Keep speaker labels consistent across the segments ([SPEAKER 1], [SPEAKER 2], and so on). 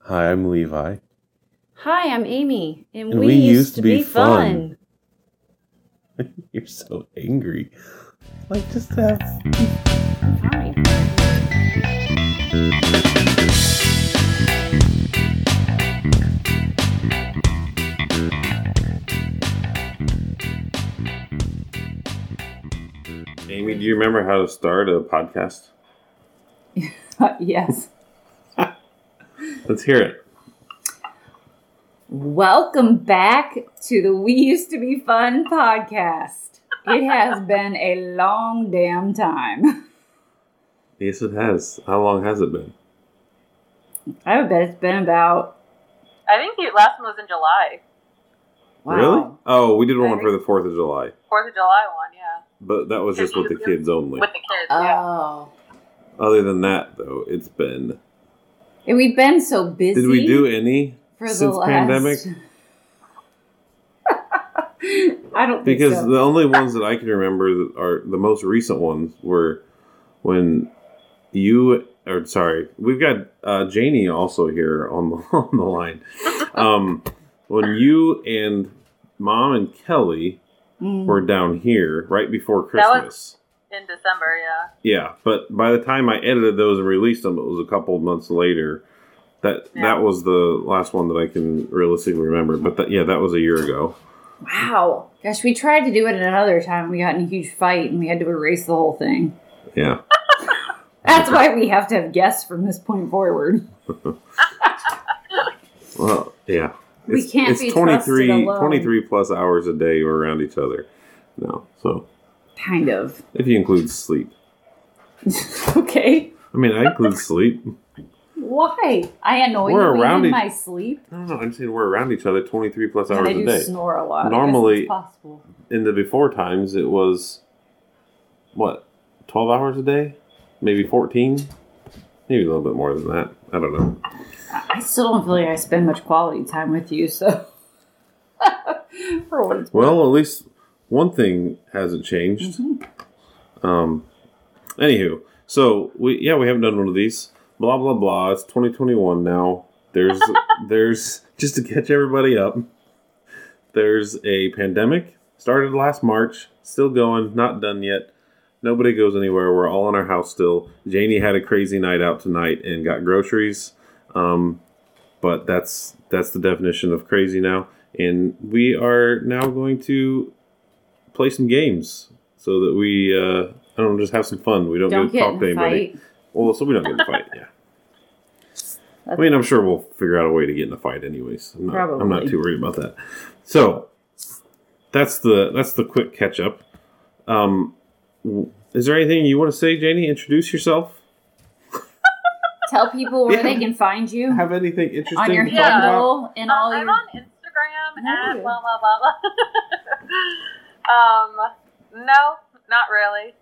[SPEAKER 1] Hi, I'm Levi.
[SPEAKER 2] Hi, I'm Amy, and,
[SPEAKER 1] And
[SPEAKER 2] we, used, to be, fun.
[SPEAKER 1] You're so angry. Like, just have.
[SPEAKER 2] Fine.
[SPEAKER 1] Amy, do you remember how to start a podcast?
[SPEAKER 3] yes.
[SPEAKER 1] Let's hear it.
[SPEAKER 3] Welcome back to the We Used to Be Fun podcast. It has been a long damn time.
[SPEAKER 1] Yes, it has. How long has it been?
[SPEAKER 3] I would bet it's been about
[SPEAKER 4] I think the last one was in July,
[SPEAKER 3] wow.
[SPEAKER 1] Really? Oh, we did
[SPEAKER 3] I
[SPEAKER 1] one for the 4th of July,
[SPEAKER 4] Fourth of July one, yeah,
[SPEAKER 1] but that was just with the kids only.
[SPEAKER 4] with the kids. yeah.
[SPEAKER 3] Oh,
[SPEAKER 1] Other than that, though, it's been.
[SPEAKER 3] and we've been so busy.
[SPEAKER 1] Did we do any
[SPEAKER 3] for
[SPEAKER 1] since pandemic?
[SPEAKER 3] I don't think
[SPEAKER 1] Because
[SPEAKER 3] so.
[SPEAKER 1] the only ones that I can remember that are the most recent ones were when you or sorry, we've got uh, Janie also here on the on the line. Um, when you and mom and Kelly
[SPEAKER 3] Mm.
[SPEAKER 1] were down here right before
[SPEAKER 4] That was-
[SPEAKER 1] Christmas.
[SPEAKER 3] Oh.
[SPEAKER 4] in December, yeah.
[SPEAKER 1] Yeah, but by the time I edited those and released them, it was a couple of months later. That
[SPEAKER 4] Yeah.
[SPEAKER 1] that was the last one that I can realistically remember. But that, yeah, that was a year ago.
[SPEAKER 3] Wow. Gosh, we tried to do it another time. We got in a huge fight and we had to erase the whole thing.
[SPEAKER 1] Yeah.
[SPEAKER 3] That's why we have to have guests from this point forward.
[SPEAKER 1] Well, yeah.
[SPEAKER 3] We
[SPEAKER 1] It's-
[SPEAKER 3] can't
[SPEAKER 1] it's
[SPEAKER 3] be
[SPEAKER 1] 23,
[SPEAKER 3] trusted alone.
[SPEAKER 1] 23 plus hours a day we're around each other. No. So
[SPEAKER 3] Kind of.
[SPEAKER 1] if you include sleep.
[SPEAKER 3] okay.
[SPEAKER 1] I mean, I include sleep.
[SPEAKER 3] Why? I annoy
[SPEAKER 1] We're
[SPEAKER 3] you
[SPEAKER 1] around
[SPEAKER 3] in
[SPEAKER 1] each-
[SPEAKER 3] my sleep.
[SPEAKER 1] No, no, I'm saying we're around each other 23 plus
[SPEAKER 3] And
[SPEAKER 1] hours
[SPEAKER 3] I
[SPEAKER 1] a
[SPEAKER 3] do
[SPEAKER 1] day.
[SPEAKER 3] snore a lot. I guess
[SPEAKER 1] Normally-
[SPEAKER 3] it's possible.
[SPEAKER 1] In the before times, it was, what, 12 hours a day? Maybe 14? Maybe a little bit more than that. I don't know.
[SPEAKER 3] I I still don't feel like I spend much quality time with you, so for what it's
[SPEAKER 1] Well, at least one thing hasn't changed. Um, anywho, so we yeah we haven't done one of these. Blah blah blah. It's 2021 now. There's there's just to catch everybody up. There's a pandemic started last March, still going, not done yet. Nobody goes anywhere. We're all in our house still. Janie had a crazy night out tonight and got groceries. Um, but that's that's the definition of crazy now. And we are now going to play some games so that we uh, I don't know, just have some fun. We don't, get
[SPEAKER 3] don't
[SPEAKER 1] to
[SPEAKER 3] get
[SPEAKER 1] talk
[SPEAKER 3] in
[SPEAKER 1] to
[SPEAKER 3] a
[SPEAKER 1] anybody.
[SPEAKER 3] fight.
[SPEAKER 1] Well, so we don't get in a fight. Yeah. I mean, I'm sure we'll figure out a way to get in a fight, anyways. I'm not, I'm not
[SPEAKER 3] Probably.
[SPEAKER 1] too worried about that. So that's the that's the quick catch up. Um, w- is there anything you want to say, Janie? Introduce yourself.
[SPEAKER 3] Tell people where
[SPEAKER 1] Yeah.
[SPEAKER 3] they can find you
[SPEAKER 1] Have anything interesting
[SPEAKER 3] on your
[SPEAKER 1] to talk
[SPEAKER 4] Yeah.
[SPEAKER 1] about?
[SPEAKER 3] handle and all
[SPEAKER 4] Um, I'm
[SPEAKER 3] your
[SPEAKER 4] on Instagram
[SPEAKER 3] No.
[SPEAKER 4] at blah blah blah blah. um, no, not really.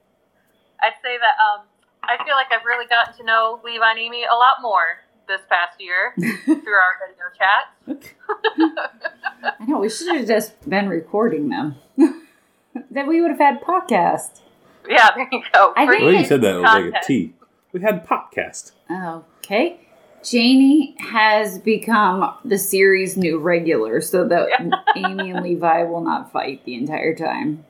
[SPEAKER 4] I'd say that um, I feel like I've really gotten to know Levi and Amy a lot more this past year through our video chat.
[SPEAKER 3] I know we should have just been recording them. then we would have had podcast.
[SPEAKER 4] Yeah, there you go.
[SPEAKER 3] I
[SPEAKER 4] Free
[SPEAKER 3] think-
[SPEAKER 1] Well, you said that it was like a
[SPEAKER 4] Content.
[SPEAKER 1] T. We had podcast.
[SPEAKER 3] Okay. Janie has become the series new regular so that Amy and Levi will not fight the entire time.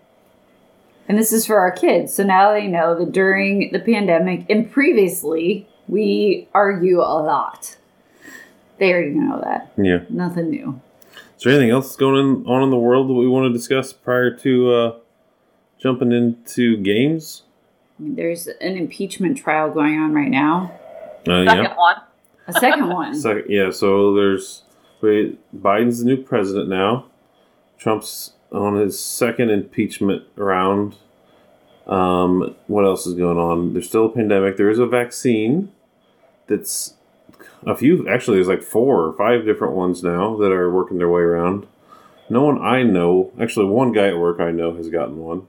[SPEAKER 3] And this is for our kids. So now they know that during the pandemic and previously, we argue a lot. They already know that.
[SPEAKER 1] Yeah.
[SPEAKER 3] Nothing new.
[SPEAKER 1] Is there anything else going on in the world that we want to discuss prior to uh, jumping into games?
[SPEAKER 3] I mean, there's an impeachment trial going on right now,
[SPEAKER 1] Uh,
[SPEAKER 4] Second one.
[SPEAKER 3] a second one.
[SPEAKER 1] Second, yeah. So there's wait, Biden's the new president now. Trump's on his second impeachment round. Um, what else is going on? There's still a pandemic. There is a vaccine that's a few. Actually, there's like four or five different ones now that are working their way around. No one I know, actually, one guy at work I know has gotten one.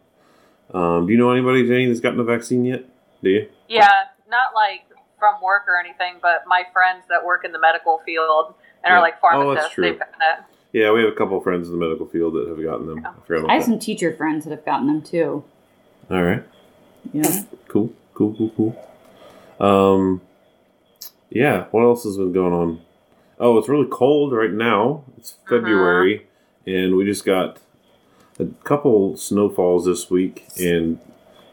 [SPEAKER 1] Um, do you know anybody, Jane, that's gotten a vaccine yet? Do you?
[SPEAKER 4] Yeah, not like from work or anything, but my friends that work in the medical field and
[SPEAKER 1] Yeah.
[SPEAKER 4] are like
[SPEAKER 1] Oh, that's
[SPEAKER 4] pharmacists,
[SPEAKER 1] true.
[SPEAKER 4] they've gotten it.
[SPEAKER 1] Yeah, we have a couple of friends in the medical field that have gotten them. I forgot about
[SPEAKER 3] I have
[SPEAKER 1] that.
[SPEAKER 3] some teacher friends that have gotten them too.
[SPEAKER 1] All right.
[SPEAKER 3] Yeah.
[SPEAKER 1] Cool. Cool. Cool. Cool. Um. Yeah. What else has been going on? oh, it's really cold right now. It's February, and we just got a couple snowfalls this week, and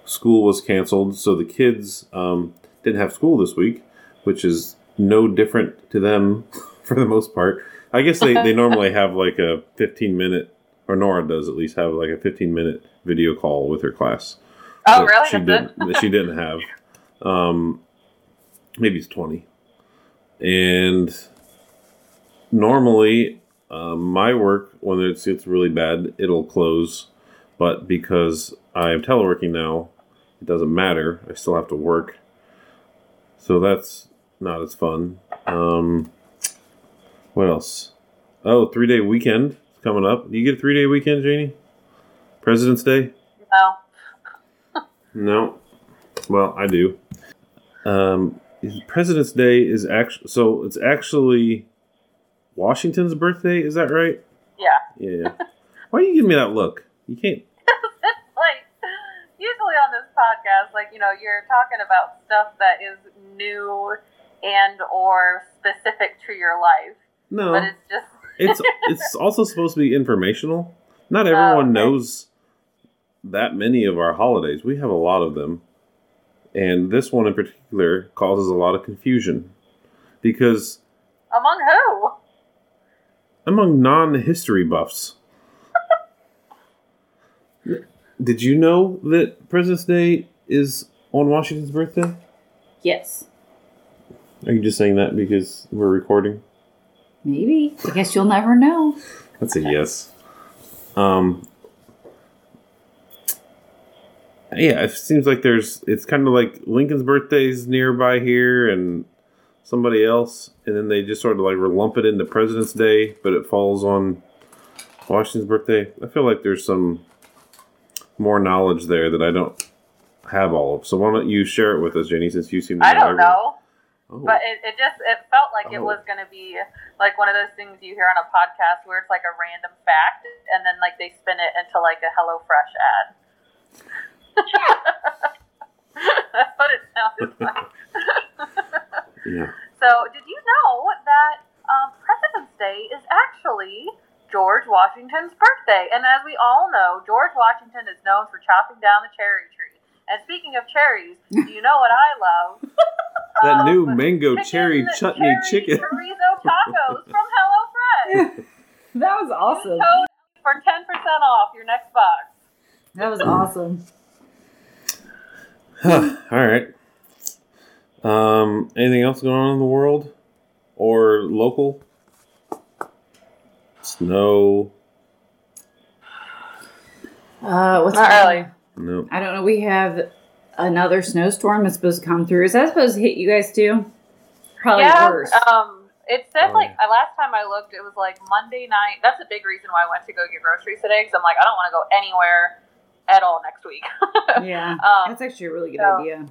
[SPEAKER 1] school was canceled, so the kids um, didn't have school this week, which is no different to them for the most part. I guess they, they normally have like a 15 minute, or Nora does at least have like a 15 minute video call with her class.
[SPEAKER 4] Oh,
[SPEAKER 1] that
[SPEAKER 4] really?
[SPEAKER 1] She
[SPEAKER 4] That's it?
[SPEAKER 1] didn't. That she didn't have. Um, maybe it's twenty. And normally, um, my work when it's it's really bad, it'll close. But because I am teleworking now, it doesn't matter. I still have to work, so that's not as fun. Um, what else? Oh, three day weekend is coming up. You get a three day weekend, Janie? President's Day.
[SPEAKER 4] No.
[SPEAKER 1] No. Well, I do. Um, President's Day is actually so it's actually Washington's birthday. Is that right?
[SPEAKER 4] Yeah.
[SPEAKER 1] Yeah. Why are you giving me that look? You can't.
[SPEAKER 4] like usually on this podcast like you know you're talking about stuff that is new and or specific to your life but
[SPEAKER 1] No,
[SPEAKER 4] it's just
[SPEAKER 1] it's it's also supposed to be informational. Not everyone
[SPEAKER 4] Oh, okay.
[SPEAKER 1] knows that many of our holidays. We have a lot of them, and this one in particular causes a lot of confusion because
[SPEAKER 4] among who
[SPEAKER 1] among non-history buffs. Did you know that President's Day is on Washington's birthday?
[SPEAKER 3] Yes.
[SPEAKER 1] Are you just saying that because we're recording?
[SPEAKER 3] Maybe. I guess you'll never know.
[SPEAKER 1] That's a yes. Um. Yeah, it seems like there's. It's kind of like Lincoln's birthday's nearby here, and somebody else, and then they just sort of like lump it into President's Day, but it falls on Washington's birthday. I feel like there's some more knowledge there that I don't have all of. So why don't you share it with us, Jenny? Since you seem to
[SPEAKER 4] i don't
[SPEAKER 1] everything.
[SPEAKER 4] know
[SPEAKER 1] Oh.
[SPEAKER 4] but it, it just it felt like it
[SPEAKER 1] Oh.
[SPEAKER 4] was going to be like one of those things you hear on a podcast where it's like a random fact and then like they spin it into like a hello fresh ad that's what it sounded like
[SPEAKER 1] yeah.
[SPEAKER 4] So, did you know that um, President's Day is actually George Washington's birthday? And as we all know, George Washington is known for chopping down the cherry tree. And speaking of cherries, do you know what I love?
[SPEAKER 1] That
[SPEAKER 4] Um,
[SPEAKER 1] new mango Oh,
[SPEAKER 4] chicken-
[SPEAKER 1] cherry chutney chicken.
[SPEAKER 4] chorizo tacos from HelloFresh.
[SPEAKER 3] That was awesome.
[SPEAKER 4] Code for ten percent off your next box.
[SPEAKER 3] That was awesome.
[SPEAKER 1] All right. Um, anything else going on in the world or local? Snow.
[SPEAKER 3] Uh, what's
[SPEAKER 4] Not
[SPEAKER 3] going
[SPEAKER 4] really.
[SPEAKER 1] No.
[SPEAKER 3] on? I don't know. We have another snowstorm that's supposed to come through. Is that supposed to hit you guys too? Probably
[SPEAKER 4] yeah,
[SPEAKER 3] worse.
[SPEAKER 4] Um, it said
[SPEAKER 1] Oh,
[SPEAKER 4] like uh, last time I looked, it was like Monday night. That's a big reason why I went to go get groceries today because I'm like I don't want to go anywhere at all next week.
[SPEAKER 3] yeah.
[SPEAKER 4] Um,
[SPEAKER 3] That's actually a really good
[SPEAKER 4] so-
[SPEAKER 3] idea.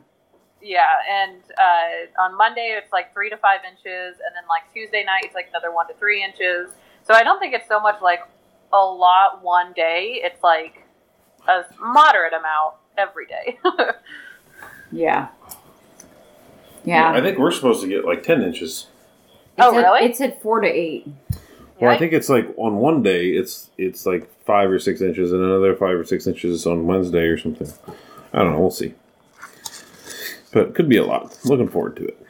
[SPEAKER 4] yeah, and uh, on Monday it's like three to five inches, and then like Tuesday night it's like another one to three inches. So I don't think it's so much like a lot one day. It's like a moderate amount every day.
[SPEAKER 3] Yeah. Yeah.
[SPEAKER 1] I think we're supposed to get like 10 inches.
[SPEAKER 4] Oh,
[SPEAKER 3] It said-
[SPEAKER 4] really?
[SPEAKER 3] It said four to eight.
[SPEAKER 1] Well, I
[SPEAKER 4] Yikes.
[SPEAKER 1] think it's like on one day it's it's like 5 or 6 inches and another 5 or 6 inches on Wednesday or something. I don't know, we'll see. But it could be a lot. Looking forward to it.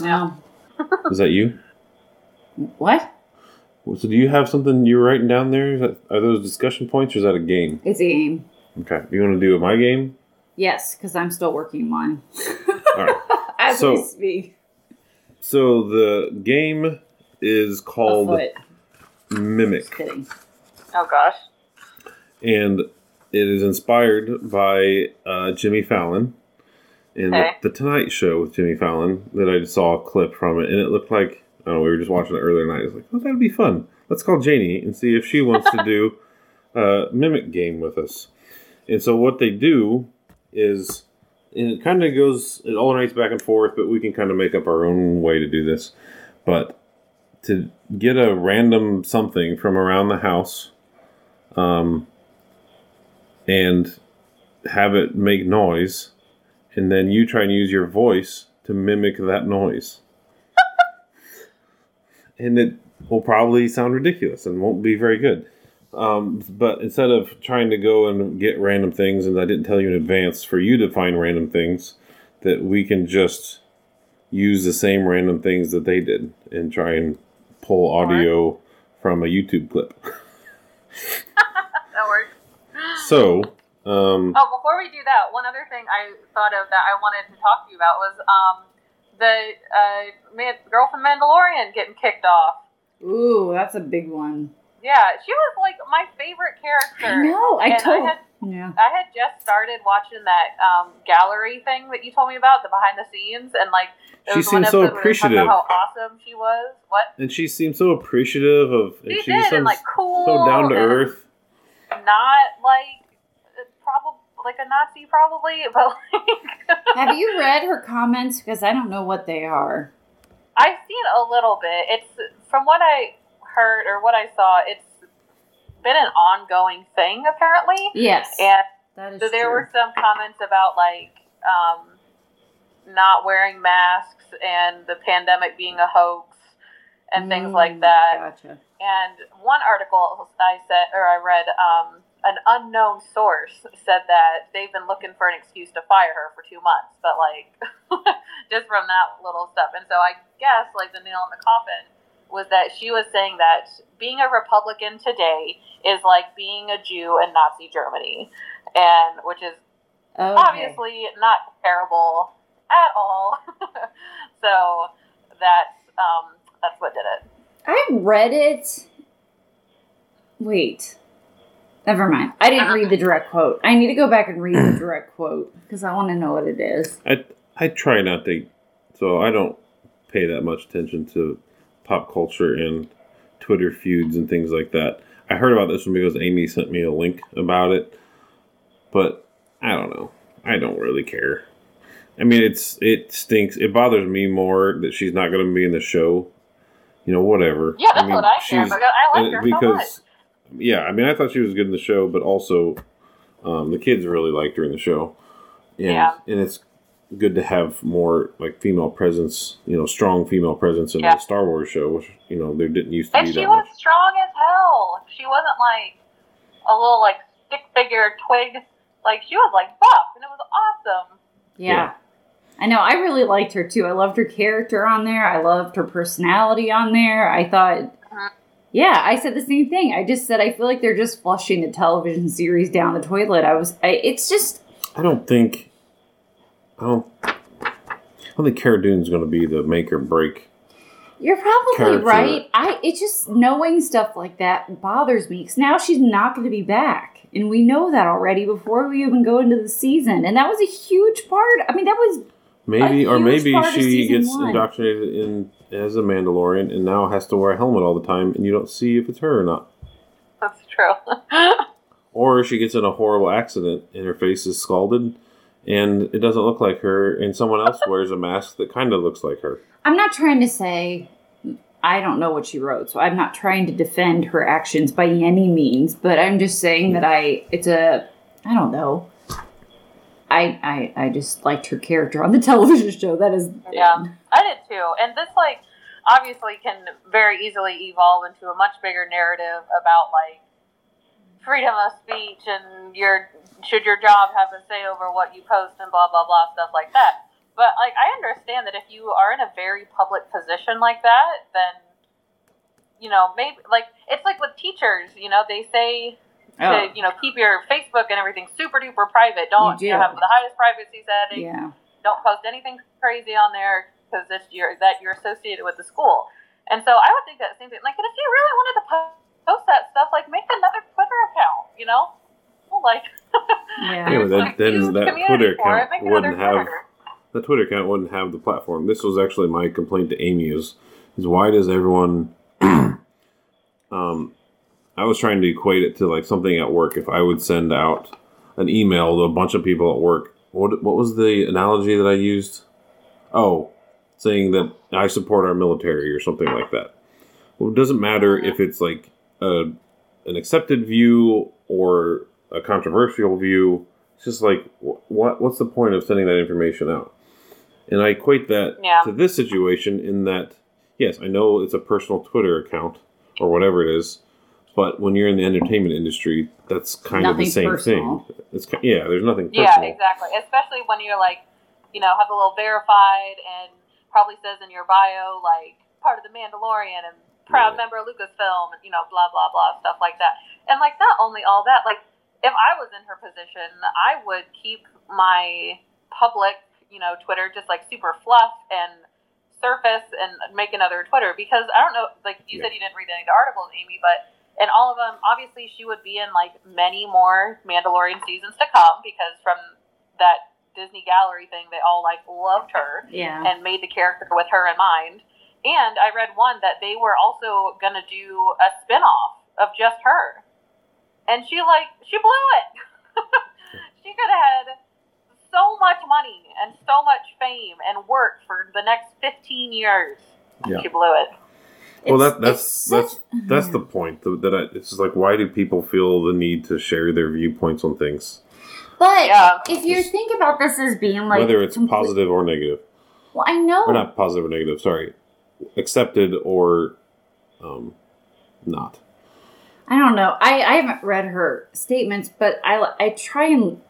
[SPEAKER 3] No.
[SPEAKER 1] Is that you?
[SPEAKER 3] What?
[SPEAKER 1] So do you have something you're writing down there? Is that, are those discussion points or is that a game?
[SPEAKER 3] It's a game.
[SPEAKER 1] Okay. You want to do my game?
[SPEAKER 3] Yes, because I'm still working mine.
[SPEAKER 1] All right.
[SPEAKER 3] As
[SPEAKER 1] So-
[SPEAKER 3] we speak.
[SPEAKER 1] So the game is called
[SPEAKER 3] Afoot. Just
[SPEAKER 1] Mimic,
[SPEAKER 3] kidding.
[SPEAKER 4] oh gosh.
[SPEAKER 1] and it is inspired by uh, Jimmy Fallon and
[SPEAKER 4] Okay.
[SPEAKER 1] the, the Tonight Show with Jimmy Fallon that I saw a clip from it, and it looked like I don't know. We were just watching it earlier tonight. I was like, "Oh, that'd be fun. Let's call Janie and see if she wants to do a mimic game with us." And so what they do is, and it kind of goes, it alternates back and forth, but we can kind of make up our own way to do this. But to get a random something from around the house, um, and have it make noise, and then you try and use your voice to mimic that noise. and it will probably sound ridiculous and won't be very good. Um, but instead of trying to go and get random things, and I didn't tell you in advance for you to find random things, that we can just use the same random things that they did and try and pull audio from a YouTube clip.
[SPEAKER 4] That works.
[SPEAKER 1] So, um,
[SPEAKER 4] Oh, before we do that, one other thing I thought of that I wanted to talk to you about was um, the uh, man, girl from Mandalorian getting kicked off.
[SPEAKER 3] Ooh, that's a big one.
[SPEAKER 4] Yeah, she was like my favorite character.
[SPEAKER 3] know.
[SPEAKER 4] And I had
[SPEAKER 3] Yeah.
[SPEAKER 4] I had just started watching that um, gallery thing that you told me about, the behind the scenes, and like there
[SPEAKER 1] She
[SPEAKER 4] was one
[SPEAKER 1] seemed so
[SPEAKER 4] episode where they were talking
[SPEAKER 1] appreciative.
[SPEAKER 4] about How awesome she was! What
[SPEAKER 1] and she seemed so appreciative of, and
[SPEAKER 4] she,
[SPEAKER 1] she
[SPEAKER 4] did,
[SPEAKER 1] was so,
[SPEAKER 4] and like cool,
[SPEAKER 1] so down to
[SPEAKER 4] and
[SPEAKER 1] earth.
[SPEAKER 4] not like probably like a Nazi, probably, but like
[SPEAKER 3] Have you read her comments? Because I don't know what they are.
[SPEAKER 4] I've seen a little bit. It's from what I heard or what I saw. It's been an ongoing thing apparently,
[SPEAKER 3] Yes.
[SPEAKER 4] and
[SPEAKER 3] that is
[SPEAKER 4] So there
[SPEAKER 3] true.
[SPEAKER 4] were some comments about like um, not wearing masks and the pandemic being a hoax and things
[SPEAKER 3] Mm,
[SPEAKER 4] like that.
[SPEAKER 3] Gotcha.
[SPEAKER 4] And one article I said or I read, um, an unknown source said that they've been looking for an excuse to fire her for two months, but like just from that little stuff. And so I guess like the nail in the coffin was that she was saying that being a Republican today is like being a Jew in Nazi Germany, and which is
[SPEAKER 3] Oh, Okay.
[SPEAKER 4] obviously not terrible at all. so that's um, that's what did it.
[SPEAKER 3] I read it. Wait. Never mind. I didn't read the direct quote. I need to go back and read the direct quote because I want to know what it is.
[SPEAKER 1] I I try not to, so I don't pay that much attention to pop culture and Twitter feuds and things like that. I heard about this one because Amy sent me a link about it, but I don't know. I don't really care. I mean, it's it stinks. It bothers me more that she's not going to be in the show. You know, whatever.
[SPEAKER 4] Yeah, that's
[SPEAKER 1] mean,
[SPEAKER 4] what I care
[SPEAKER 1] she's-
[SPEAKER 4] about. I like
[SPEAKER 1] and
[SPEAKER 4] her so much.
[SPEAKER 1] because yeah i mean i thought she was good in the show but also um, the kids really liked her in the show and,
[SPEAKER 4] Yeah.
[SPEAKER 1] and it's good to have more like female presence you know strong female presence in
[SPEAKER 4] Yeah.
[SPEAKER 1] the star wars show which you know there didn't used to
[SPEAKER 4] And
[SPEAKER 1] be
[SPEAKER 4] she
[SPEAKER 1] that
[SPEAKER 4] was
[SPEAKER 1] much
[SPEAKER 4] strong as hell. She wasn't like a little like stick figure twig. Like she was like buff, and it was awesome.
[SPEAKER 3] Yeah.
[SPEAKER 1] Yeah.
[SPEAKER 3] I know. I really liked her too. I loved her character on there. I loved her personality on there. I thought,
[SPEAKER 4] Uh-huh.
[SPEAKER 3] yeah, I said the same thing. I just said I feel like they're just flushing the television series down the toilet. I was. I, it's just.
[SPEAKER 1] i don't think i don't i don't think Cara Dune's going to be the make or break
[SPEAKER 3] You're probably
[SPEAKER 1] Character.
[SPEAKER 3] right. I. It's just knowing stuff like that bothers me because now she's not going to be back, and we know that already before we even go into the season. And that was a huge part. I mean, that was
[SPEAKER 1] maybe
[SPEAKER 3] A
[SPEAKER 1] or
[SPEAKER 3] huge
[SPEAKER 1] maybe
[SPEAKER 3] part of
[SPEAKER 1] she
[SPEAKER 3] season
[SPEAKER 1] gets
[SPEAKER 3] one.
[SPEAKER 1] indoctrinated in as a mandalorian and now has to wear a helmet all the time and you don't see if it's her or not
[SPEAKER 4] That's true.
[SPEAKER 1] or she gets in a horrible accident and her face is scalded and it doesn't look like her and someone else wears a mask that kind of looks like her
[SPEAKER 3] I'm not trying to say I don't know what she wrote, so I'm not trying to defend her actions by any means, but I'm just saying that I it's a I don't know. I I, I just liked her character on the television show. That is
[SPEAKER 4] Yeah. I did too. And this like obviously can very easily evolve into a much bigger narrative about like freedom of speech and your should your job have a say over what you post and blah blah blah stuff like that. But like I understand that if you are in a very public position like that, then you know, maybe like it's like with teachers, you know, they say
[SPEAKER 3] Oh,
[SPEAKER 4] to, you know, keep your Facebook and everything super duper private. Don't
[SPEAKER 3] do.
[SPEAKER 4] you, know, have the highest privacy settings
[SPEAKER 3] yeah.
[SPEAKER 4] don't post anything crazy on there because this year that you're associated with the school. And so I would think that same thing. Like, and if you really wanted to po- post that stuff, like make another Twitter account. You know, well, like
[SPEAKER 3] Yeah.
[SPEAKER 1] Yeah, but that-
[SPEAKER 4] there's a
[SPEAKER 1] then
[SPEAKER 4] huge
[SPEAKER 1] that
[SPEAKER 4] community
[SPEAKER 1] Twitter
[SPEAKER 4] for it.
[SPEAKER 1] account
[SPEAKER 4] Make another
[SPEAKER 1] wouldn't have-
[SPEAKER 4] Twitter.
[SPEAKER 1] the twitter account wouldn't have the platform this was actually my complaint to amy is is why does everyone um i was trying to equate it to like something at work if i would send out an email to a bunch of people at work what what was the analogy that i used oh saying that i support our military or something like that Well, it doesn't matter if it's like a an accepted view or a controversial view. It's just like wh- what what's the point of sending that information out? And I equate that
[SPEAKER 4] Yeah.
[SPEAKER 1] to this situation in that yes, I know it's a personal Twitter account or whatever it is, but when you're in the entertainment industry, that's kind of the
[SPEAKER 3] Nothing's
[SPEAKER 1] same
[SPEAKER 3] personal.
[SPEAKER 1] thing. It's ki- yeah, there's nothing personal.
[SPEAKER 4] Yeah, exactly. Especially when you're like, you know, have a little verified and probably says in your bio like part of the Mandalorian and proud
[SPEAKER 1] Yeah.
[SPEAKER 4] member of Lucasfilm and you know, blah blah blah stuff like that. And like not only all that, like if I was in her position, I would keep my public, you know, Twitter just like super fluff and surface and make another Twitter because I don't know, like you said, you didn't read any of the articles, Amy, but in all of them, obviously she would be in like many more Mandalorian seasons to come because from that Disney gallery thing, they all like loved her
[SPEAKER 3] Yeah.
[SPEAKER 4] and made the character with her in mind. And I read one that they were also gonna do a spin off of just her. And she like she blew it. she could have had so much money and so much fame and work for the next fifteen years.
[SPEAKER 1] Yeah.
[SPEAKER 4] She blew it.
[SPEAKER 1] Well,
[SPEAKER 3] It's-
[SPEAKER 1] that, that's
[SPEAKER 3] it's
[SPEAKER 1] that's
[SPEAKER 3] such-
[SPEAKER 1] that's the point th- that I, it's just like why do people feel the need to share their viewpoints on things,
[SPEAKER 3] But
[SPEAKER 4] Yeah.
[SPEAKER 3] if you think about this as being like
[SPEAKER 1] whether it's
[SPEAKER 3] comple-
[SPEAKER 1] positive or negative,
[SPEAKER 3] well, I know.
[SPEAKER 1] or not positive or negative? Sorry, accepted or um, not.
[SPEAKER 3] I don't know. I, I haven't read her statements, but I I try and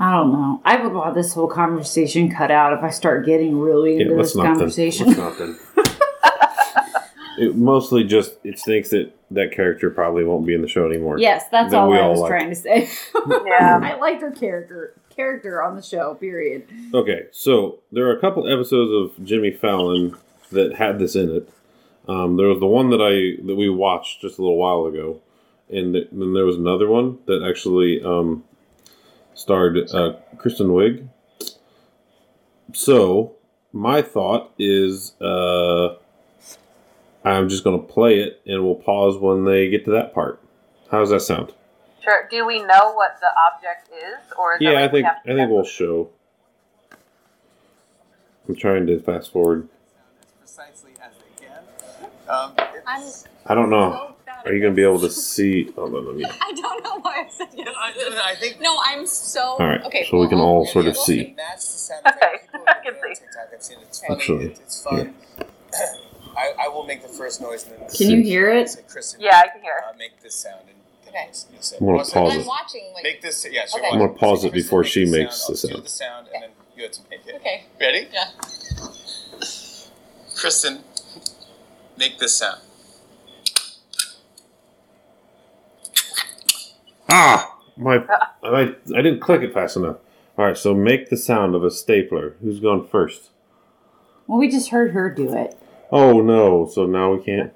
[SPEAKER 3] I don't know. I would want this whole conversation cut out if I start getting really
[SPEAKER 1] Yeah,
[SPEAKER 3] into
[SPEAKER 1] let's
[SPEAKER 3] this
[SPEAKER 1] not then.
[SPEAKER 3] conversation.
[SPEAKER 1] Let's not then. it mostly just it thinks that that character probably won't be in the show anymore.
[SPEAKER 3] yes, that's
[SPEAKER 1] Then
[SPEAKER 3] all
[SPEAKER 1] we
[SPEAKER 3] I
[SPEAKER 1] all
[SPEAKER 3] was
[SPEAKER 1] like-
[SPEAKER 3] trying to say.
[SPEAKER 4] Yeah.
[SPEAKER 3] I liked her character character on the show. Period.
[SPEAKER 1] Okay, so there are a couple episodes of Jimmy Fallon that had this in it. Um, there was the one that I that we watched just a little while ago, and th- then there was another one that actually um, starred uh, Kristen Wiig. So my thought is, uh, I'm just going to play it, and we'll pause when they get to that part. How does that sound?
[SPEAKER 4] Sure. Do we know what the object is or is that,
[SPEAKER 1] Yeah, I
[SPEAKER 4] like, we
[SPEAKER 1] think
[SPEAKER 4] have
[SPEAKER 1] I
[SPEAKER 4] to-
[SPEAKER 1] think we'll show. I'm trying to fast forward.
[SPEAKER 5] precisely as they can. Um,
[SPEAKER 6] I'm.
[SPEAKER 5] it's-
[SPEAKER 1] I don't know.
[SPEAKER 6] so bad
[SPEAKER 1] Are you gonna be able to see? Oh, no, no, no.
[SPEAKER 6] I don't know why I said yes.
[SPEAKER 5] I, I think.
[SPEAKER 6] No, I'm so.
[SPEAKER 1] All right,
[SPEAKER 6] Okay.
[SPEAKER 1] so we can
[SPEAKER 6] well,
[SPEAKER 1] all
[SPEAKER 6] I'll-
[SPEAKER 1] sort of
[SPEAKER 6] well,
[SPEAKER 1] see.
[SPEAKER 5] Match the sound effect.
[SPEAKER 4] Okay,
[SPEAKER 5] People have
[SPEAKER 4] I can
[SPEAKER 5] been on
[SPEAKER 4] see.
[SPEAKER 5] TikTok. I've seen it. It's funny.
[SPEAKER 1] Actually,
[SPEAKER 5] It, it's fun. I, I will make the first noise and then.
[SPEAKER 3] Can you hear it?
[SPEAKER 5] Kristen,
[SPEAKER 4] Yeah, I can hear it.
[SPEAKER 5] Uh, make this sound and then
[SPEAKER 6] Okay.
[SPEAKER 5] you'll- you'll say-
[SPEAKER 1] I'm gonna
[SPEAKER 5] One second.
[SPEAKER 1] Pause
[SPEAKER 6] I'm
[SPEAKER 1] it.
[SPEAKER 6] watching. Like,
[SPEAKER 5] Make this. Yeah, sure.
[SPEAKER 6] Okay.
[SPEAKER 1] I'm gonna pause it
[SPEAKER 5] Kristen,
[SPEAKER 1] before
[SPEAKER 5] make
[SPEAKER 1] she makes
[SPEAKER 5] sound.
[SPEAKER 1] the
[SPEAKER 5] I'll
[SPEAKER 1] sound.
[SPEAKER 5] Do the sound and then you have to make it.
[SPEAKER 6] okay.
[SPEAKER 5] Ready?
[SPEAKER 6] Yeah.
[SPEAKER 5] Kristen, make this sound.
[SPEAKER 1] Ah, my I I didn't click it fast enough. All right, so make the sound of a stapler. Who's gone first?
[SPEAKER 3] Well, we just heard her do it.
[SPEAKER 1] Oh no! So now we can't.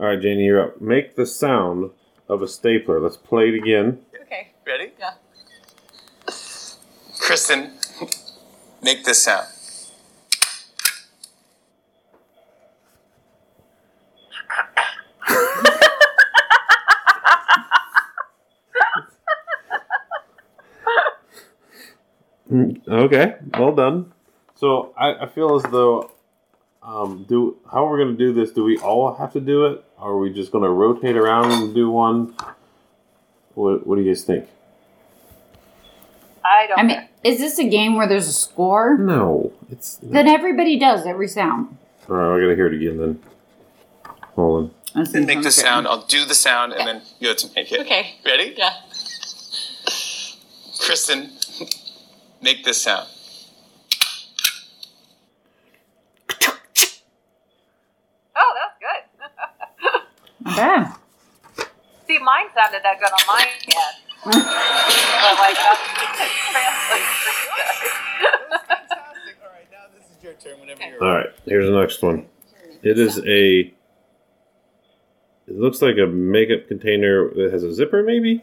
[SPEAKER 1] All right, Janie, you're up. Make the sound of a stapler. Let's play it again.
[SPEAKER 6] Okay.
[SPEAKER 5] Ready?
[SPEAKER 6] Yeah.
[SPEAKER 5] Kristen, make this sound.
[SPEAKER 1] Okay, well done. So I, I feel as though um, do how we're gonna do this. Do we all have to do it? Or are we just gonna rotate around and do one? What What do you guys think?
[SPEAKER 4] I don't
[SPEAKER 3] I mean, is this a game where there's a
[SPEAKER 1] Mm.
[SPEAKER 3] score?
[SPEAKER 1] No, it's.
[SPEAKER 3] Then everybody does every sound.
[SPEAKER 1] All right, I gotta hear it again then. Hold on.
[SPEAKER 3] Let's see if
[SPEAKER 5] Then
[SPEAKER 3] I'm
[SPEAKER 5] make the
[SPEAKER 3] good.
[SPEAKER 5] sound. I'll do the sound, and then you have to make it.
[SPEAKER 6] Okay.
[SPEAKER 5] Ready?
[SPEAKER 6] Yeah.
[SPEAKER 5] Kristen, make this sound.
[SPEAKER 4] Oh, that's good.
[SPEAKER 3] Not bad.
[SPEAKER 4] See, mine sounded that good on my end. but like that's translates for you guys.
[SPEAKER 5] Fantastic. All right, now this is your turn. Whenever you're
[SPEAKER 1] All right, here's the next one. It is a. It looks like a makeup container that has a zipper, maybe.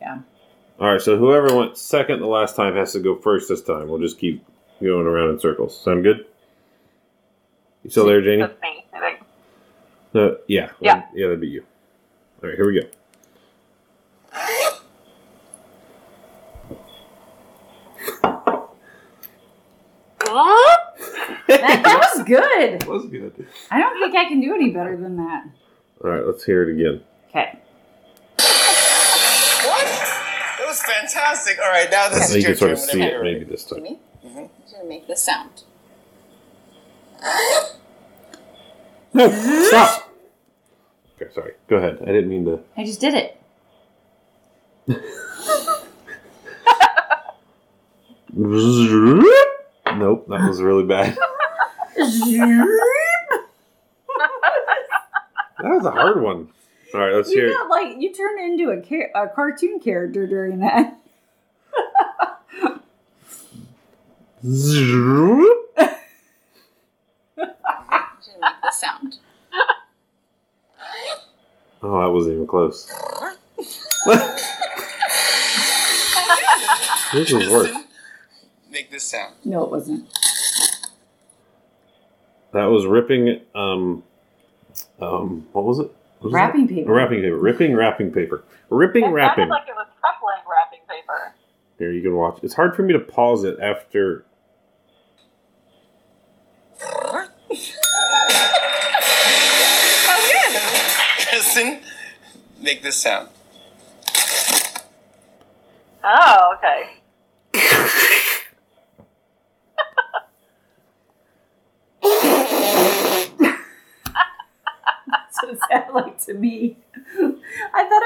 [SPEAKER 3] Yeah.
[SPEAKER 1] All right, so whoever went second the last time has to go first this time. We'll just keep going around in circles. Sound good? You still there, Janie?
[SPEAKER 4] That's me. I think.
[SPEAKER 1] No, yeah.
[SPEAKER 4] Yeah.
[SPEAKER 1] Yeah, that'd be you. All right, here we go.
[SPEAKER 3] That, that was good.
[SPEAKER 1] That was good.
[SPEAKER 3] I don't think I can do any better than that.
[SPEAKER 1] All right, let's hear it again.
[SPEAKER 3] Okay.
[SPEAKER 5] What? That was fantastic. All right, now this
[SPEAKER 1] So you
[SPEAKER 5] is your
[SPEAKER 1] can sort of
[SPEAKER 5] turn.
[SPEAKER 1] see
[SPEAKER 5] Whenever
[SPEAKER 1] it
[SPEAKER 5] you're ready.
[SPEAKER 1] maybe this time.
[SPEAKER 6] Me. I'm just gonna make this sound.
[SPEAKER 1] No, stop. Okay, sorry. Go ahead. I didn't mean to.
[SPEAKER 3] I just did it.
[SPEAKER 1] Nope, that was really bad. That was a hard one. All right, let's hear
[SPEAKER 3] You
[SPEAKER 1] it.
[SPEAKER 3] got like you turned into a, char- a cartoon character during that.
[SPEAKER 1] Zoop.
[SPEAKER 6] Didn't make the sound.
[SPEAKER 1] Oh, that wasn't even close. this is worse.
[SPEAKER 5] Make this sound.
[SPEAKER 3] No, it wasn't.
[SPEAKER 1] That was ripping. Um, um, what was it? What was
[SPEAKER 3] Wrapping
[SPEAKER 1] that?
[SPEAKER 3] paper.
[SPEAKER 1] Wrapping paper. Ripping wrapping paper. Ripping
[SPEAKER 4] It
[SPEAKER 1] wrapping.
[SPEAKER 4] sounded like it was crumpling wrapping paper.
[SPEAKER 1] Here you can watch. It's hard for me to pause it after.
[SPEAKER 5] Kristen, make this sound.
[SPEAKER 4] Oh, okay.
[SPEAKER 3] That's what it sounded like to me. I thought it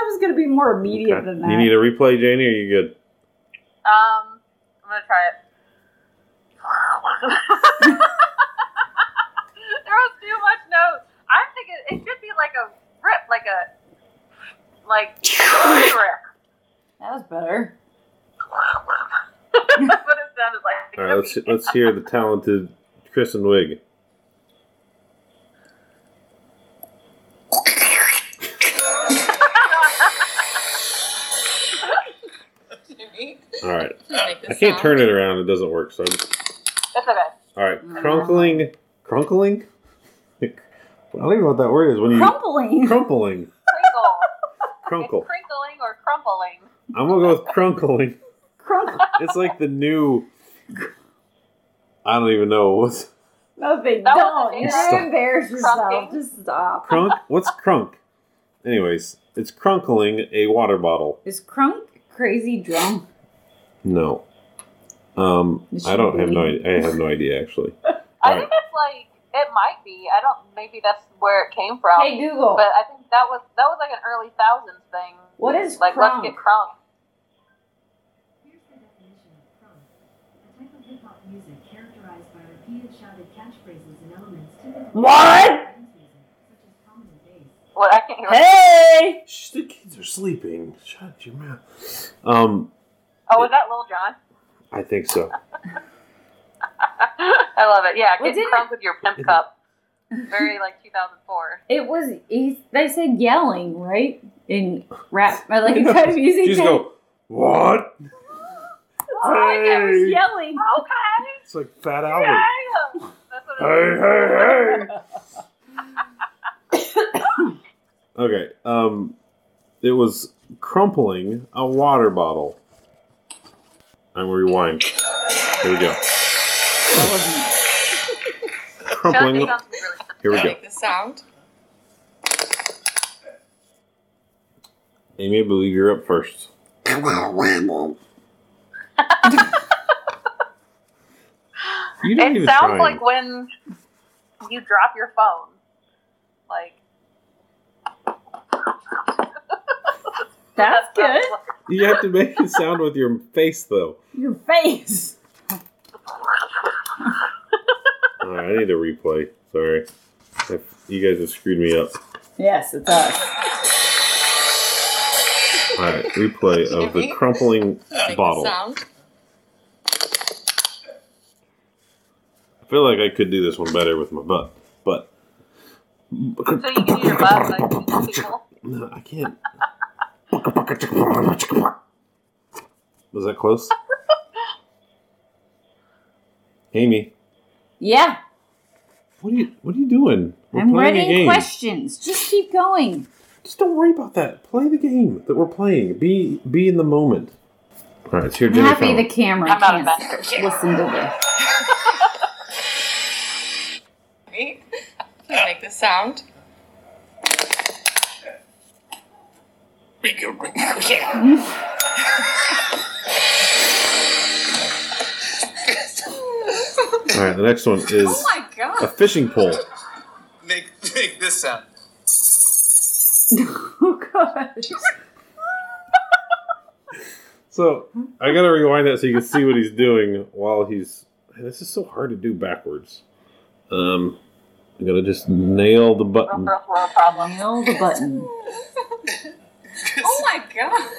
[SPEAKER 3] was going to be more immediate
[SPEAKER 1] Okay.
[SPEAKER 3] than that.
[SPEAKER 1] You need a replay, Janie. Or you good?
[SPEAKER 4] Um, I'm gonna try it. there was too much notes. I'm thinking it should be like a rip, like a like rip.
[SPEAKER 3] that was better.
[SPEAKER 4] That's what it sounded like.
[SPEAKER 1] All right, let's let's hear the talented Kristen Wig.
[SPEAKER 6] Jimmy,
[SPEAKER 1] All right,
[SPEAKER 6] didn't make the
[SPEAKER 1] I can't
[SPEAKER 6] sound.
[SPEAKER 1] turn it around; it doesn't work. So,
[SPEAKER 4] That's okay.
[SPEAKER 1] all right, crunkling, crunkling. I don't even know what that word is. When you
[SPEAKER 3] Crumpling.
[SPEAKER 1] crumpling,
[SPEAKER 4] Crinkle.
[SPEAKER 1] crunkle.
[SPEAKER 4] It's crinkling or crumpling.
[SPEAKER 1] I'm gonna go with crunkling.
[SPEAKER 3] Crump.
[SPEAKER 1] It's like the new. I don't even know what's
[SPEAKER 3] No, they
[SPEAKER 4] That
[SPEAKER 3] don't.
[SPEAKER 4] wasn't
[SPEAKER 3] You
[SPEAKER 4] it.
[SPEAKER 1] Stop.
[SPEAKER 3] embarrass yourself.
[SPEAKER 4] Crumping.
[SPEAKER 3] Just stop.
[SPEAKER 1] crunk. What's crunk? Anyways, it's crunkling a water bottle.
[SPEAKER 3] Is Crunk crazy drunk?
[SPEAKER 1] No. Um,
[SPEAKER 3] Is
[SPEAKER 1] I don't
[SPEAKER 3] she
[SPEAKER 1] have no.
[SPEAKER 3] bleeding?
[SPEAKER 1] I have no idea actually.
[SPEAKER 4] I
[SPEAKER 1] All
[SPEAKER 4] think it's like it might be. I don't. Maybe that's where it came from.
[SPEAKER 3] Hey Google,
[SPEAKER 4] But I think that was that was like an early thousands thing.
[SPEAKER 3] what is
[SPEAKER 4] Like
[SPEAKER 3] crunk?
[SPEAKER 4] let's get crunk.
[SPEAKER 7] Here's the definition of crunk. A type of hip hop music characterized by repeated shouted catchphrases and elements typical
[SPEAKER 3] What?
[SPEAKER 7] of dance music, such as common bass.
[SPEAKER 4] What I can't hear.
[SPEAKER 3] hey,
[SPEAKER 1] Shh, the kids are sleeping. Shut your mouth. Um,
[SPEAKER 4] Oh, was that Lil John?
[SPEAKER 1] I think so.
[SPEAKER 4] I love it. Yeah,
[SPEAKER 3] Well,
[SPEAKER 4] getting
[SPEAKER 3] didn't-
[SPEAKER 4] crunk with your pimp cup. Very like 2004.
[SPEAKER 3] it was. He, they said yelling, right? In rap, or like kind of music.
[SPEAKER 1] She's
[SPEAKER 3] thing.
[SPEAKER 1] go. What?
[SPEAKER 3] Oh my God, it was yelling.
[SPEAKER 4] Okay.
[SPEAKER 1] It's like Fat
[SPEAKER 4] Yeah.
[SPEAKER 1] Albert.
[SPEAKER 4] That's what it
[SPEAKER 1] Hey,
[SPEAKER 4] is.
[SPEAKER 1] hey, hey. okay. Um, it was crumpling a water bottle. I'm gonna rewind. Here we go.
[SPEAKER 4] John
[SPEAKER 1] crumpling.
[SPEAKER 4] Deacon was really-
[SPEAKER 1] Here we
[SPEAKER 6] Didn't
[SPEAKER 1] go.
[SPEAKER 6] make the sound.
[SPEAKER 1] Amy, I believe you're up first. you don't
[SPEAKER 4] It
[SPEAKER 1] even
[SPEAKER 4] sounds
[SPEAKER 1] try.
[SPEAKER 4] like when you drop your phone. Like
[SPEAKER 3] That's good.
[SPEAKER 1] you have to make it sound with your face, though.
[SPEAKER 3] Your face.
[SPEAKER 1] All right, I need a replay. Sorry, I, you guys have screwed me up.
[SPEAKER 3] Yes, it's us.
[SPEAKER 1] All right, replay of the crumpling
[SPEAKER 6] Didn't make
[SPEAKER 1] bottle.
[SPEAKER 6] the sound.
[SPEAKER 1] I feel like I could do this one better with my butt, but
[SPEAKER 4] So you can do your butt like these people.
[SPEAKER 1] no, I can't. Was that close? Amy,
[SPEAKER 3] Yeah,
[SPEAKER 1] what are you what are you doing? We're
[SPEAKER 3] I'm
[SPEAKER 1] playing a
[SPEAKER 3] writing
[SPEAKER 1] game.
[SPEAKER 3] questions. Just keep going.
[SPEAKER 1] Just don't worry about that. Play the game that we're playing. Be be in the moment. All right, it's your
[SPEAKER 3] I'm
[SPEAKER 1] Jimmy
[SPEAKER 3] happy the
[SPEAKER 1] Fallon.
[SPEAKER 3] camera
[SPEAKER 4] I'm out of
[SPEAKER 3] can't listen to this.
[SPEAKER 6] Jimmy, Didn't make the sound.
[SPEAKER 1] All right, the next one is
[SPEAKER 6] Oh my
[SPEAKER 1] a
[SPEAKER 6] god.
[SPEAKER 1] fishing pole.
[SPEAKER 5] Make make this sound.
[SPEAKER 3] Oh gosh.
[SPEAKER 1] So I gotta rewind that so you can see what he's doing while he's. Man, this is so hard to do backwards. Um, I gotta just nail the button.
[SPEAKER 4] Real world problem.
[SPEAKER 3] Nail the button.
[SPEAKER 6] Oh my god.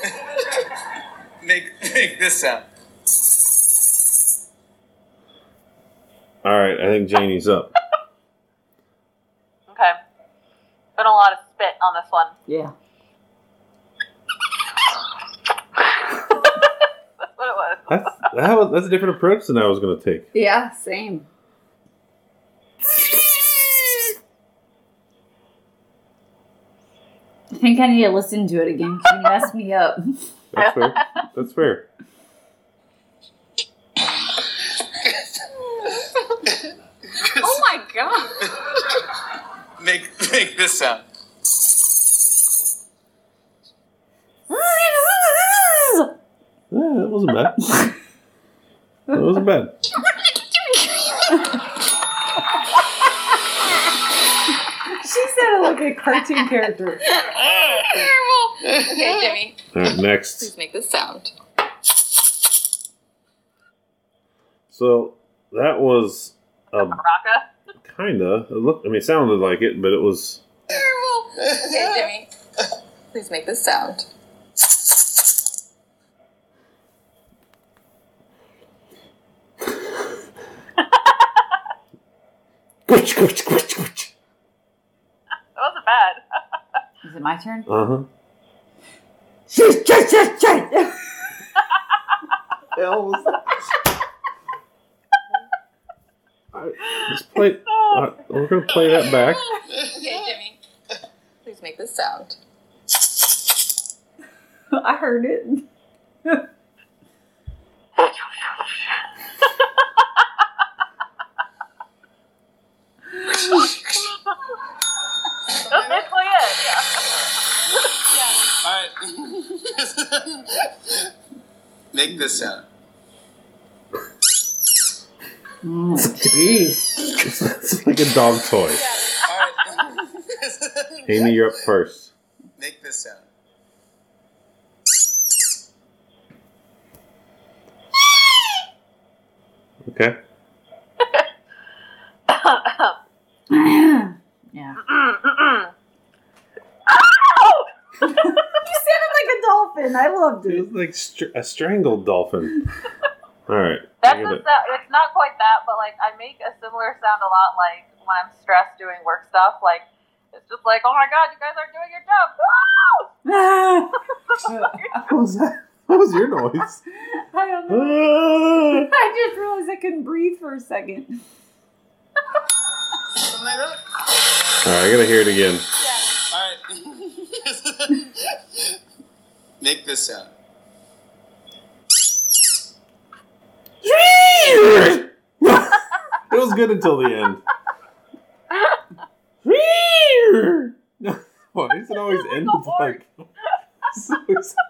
[SPEAKER 5] Make make this sound.
[SPEAKER 1] All right, I think Janie's up.
[SPEAKER 4] Okay. Been a lot of spit on this one.
[SPEAKER 3] Yeah.
[SPEAKER 4] That's what it was.
[SPEAKER 1] That's that was, that's a different approach than I was gonna take.
[SPEAKER 3] Yeah, same. I think I need to listen to it again. 'cause You messed me up.
[SPEAKER 1] That's fair. That's fair.
[SPEAKER 6] Oh my god.
[SPEAKER 5] Make make this sound.
[SPEAKER 1] Yeah, that wasn't bad. That wasn't bad.
[SPEAKER 3] She sounded like a cartoon character.
[SPEAKER 6] Terrible. Okay, Jimmy,
[SPEAKER 1] All right, next.
[SPEAKER 6] please make this sound.
[SPEAKER 1] So that was a
[SPEAKER 4] Baraka.
[SPEAKER 1] kinda. It looked. I mean, it sounded like it, but it was.
[SPEAKER 6] Terrible. Okay, Jimmy, please make this sound.
[SPEAKER 1] Quitch, quitch, quitch, quitch.
[SPEAKER 4] That wasn't bad.
[SPEAKER 3] Is it my turn?
[SPEAKER 1] Uh huh. Let's play. Uh, we're gonna play that back.
[SPEAKER 6] Okay, Jimmy, please make this sound.
[SPEAKER 3] I heard it.
[SPEAKER 4] That's basically it. Yeah.
[SPEAKER 5] All right. make this sound.
[SPEAKER 3] Jeez.
[SPEAKER 1] It's, it's like a dog toy.
[SPEAKER 5] All right.
[SPEAKER 1] Amy, you're up first.
[SPEAKER 5] make this sound.
[SPEAKER 1] Okay.
[SPEAKER 3] yeah.
[SPEAKER 4] Oh!
[SPEAKER 3] You sounded like a dolphin. I loved
[SPEAKER 1] It was like str- a strangled dolphin. All right.
[SPEAKER 4] That's
[SPEAKER 1] I
[SPEAKER 4] the
[SPEAKER 1] get it.
[SPEAKER 4] sound. It's not quite that, but like I make a similar sound a lot, like when I'm stressed doing work stuff. Like it's just like, oh my god, you guys aren't doing your job. Ah!
[SPEAKER 3] Ah!
[SPEAKER 1] What was that? What was your noise?
[SPEAKER 3] I don't know.
[SPEAKER 1] Ah!
[SPEAKER 3] I just realized I couldn't breathe for a second.
[SPEAKER 1] All right, I gotta hear it again.
[SPEAKER 5] All right. make this sound.
[SPEAKER 1] it was good until the end. Why does it always end with like? it's always-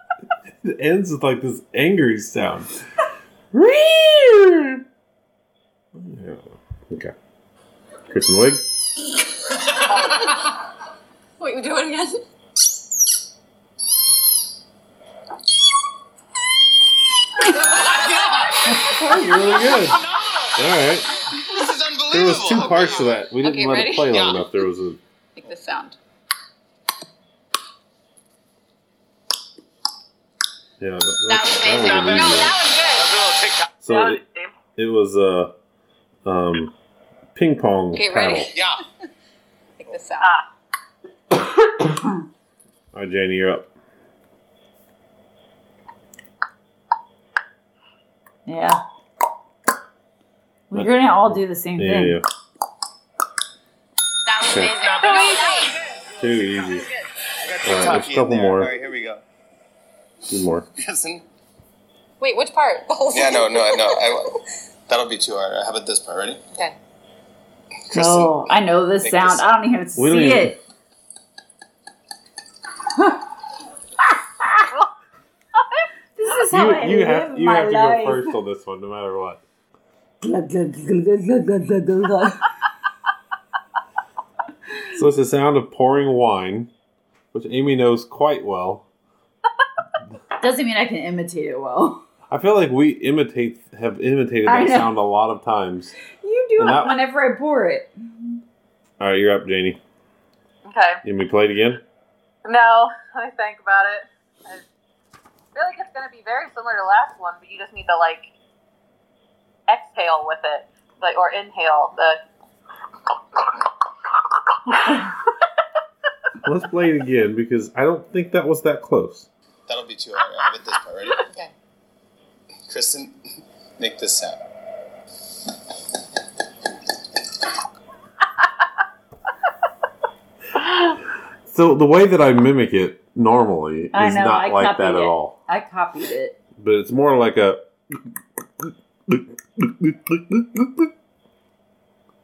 [SPEAKER 1] It ends with like this angry sound. Yeah. okay. Kristen Wiig.
[SPEAKER 6] Wait, we do it again?
[SPEAKER 1] That was really good. All right.
[SPEAKER 5] This is unbelievable.
[SPEAKER 1] There was two parts to that. We didn't
[SPEAKER 6] Okay,
[SPEAKER 1] let it
[SPEAKER 6] ready?
[SPEAKER 1] play long
[SPEAKER 5] Yeah.
[SPEAKER 1] enough. There was a.
[SPEAKER 6] Make this sound.
[SPEAKER 1] Yeah. That,
[SPEAKER 6] That was
[SPEAKER 1] that
[SPEAKER 6] amazing.
[SPEAKER 1] really
[SPEAKER 6] No,
[SPEAKER 1] good.
[SPEAKER 6] that
[SPEAKER 1] So
[SPEAKER 4] That
[SPEAKER 1] it,
[SPEAKER 4] was deep.
[SPEAKER 1] it was a uh, um, ping pong
[SPEAKER 6] Okay,
[SPEAKER 1] paddle.
[SPEAKER 6] ready?
[SPEAKER 5] Yeah.
[SPEAKER 6] was good. Make this sound.
[SPEAKER 4] Ah.
[SPEAKER 1] All right, Janie, you're up.
[SPEAKER 3] Yeah. We're gonna all do the same
[SPEAKER 1] Yeah,
[SPEAKER 3] thing.
[SPEAKER 1] yeah.
[SPEAKER 6] That was
[SPEAKER 1] Okay.
[SPEAKER 6] amazing. That was
[SPEAKER 1] Too easy.
[SPEAKER 5] I
[SPEAKER 1] All
[SPEAKER 5] got
[SPEAKER 1] right,
[SPEAKER 5] TikTok
[SPEAKER 1] there's a
[SPEAKER 5] in
[SPEAKER 1] couple
[SPEAKER 5] there.
[SPEAKER 1] more.
[SPEAKER 5] All right, here we go.
[SPEAKER 1] Two more.
[SPEAKER 5] Listen.
[SPEAKER 6] amazing. Wait, which part? The whole
[SPEAKER 5] Yeah,
[SPEAKER 6] thing?
[SPEAKER 5] no, no, no. I, that'll be too hard. How about this part? Ready?
[SPEAKER 6] Okay.
[SPEAKER 3] Oh, I know this
[SPEAKER 5] Make
[SPEAKER 3] sound.
[SPEAKER 5] this-
[SPEAKER 3] I don't even have to
[SPEAKER 1] We don't
[SPEAKER 3] see
[SPEAKER 1] even-
[SPEAKER 3] it. this is how
[SPEAKER 1] You,
[SPEAKER 3] I
[SPEAKER 1] you
[SPEAKER 3] live
[SPEAKER 1] have you
[SPEAKER 3] my
[SPEAKER 1] have to
[SPEAKER 3] life.
[SPEAKER 1] go first on this one, no matter what. So it's the sound of pouring wine, which Amy knows quite well.
[SPEAKER 3] Doesn't mean I can imitate it well.
[SPEAKER 1] I feel like we imitate have imitated
[SPEAKER 3] I
[SPEAKER 1] that
[SPEAKER 3] know.
[SPEAKER 1] sound a lot of times.
[SPEAKER 3] You do
[SPEAKER 1] And
[SPEAKER 3] it
[SPEAKER 1] that-
[SPEAKER 3] whenever I pour it.
[SPEAKER 1] All right, you're up, Janie.
[SPEAKER 4] Okay.
[SPEAKER 1] You want me to play it again?
[SPEAKER 4] No, let me think about it. I feel like it's going to be very similar to the last one, but you just need to like exhale with it, like or inhale. The
[SPEAKER 1] Let's play it again because I don't think that was that close.
[SPEAKER 5] That'll be too hard. I have it this part. Ready?
[SPEAKER 6] Okay.
[SPEAKER 5] Kristen, make this sound.
[SPEAKER 1] So the way that I mimic it normally is
[SPEAKER 3] I know,
[SPEAKER 1] not
[SPEAKER 3] I
[SPEAKER 1] like that
[SPEAKER 3] copied
[SPEAKER 1] at
[SPEAKER 3] it.
[SPEAKER 1] all.
[SPEAKER 3] I copied it.
[SPEAKER 1] But it's more like a.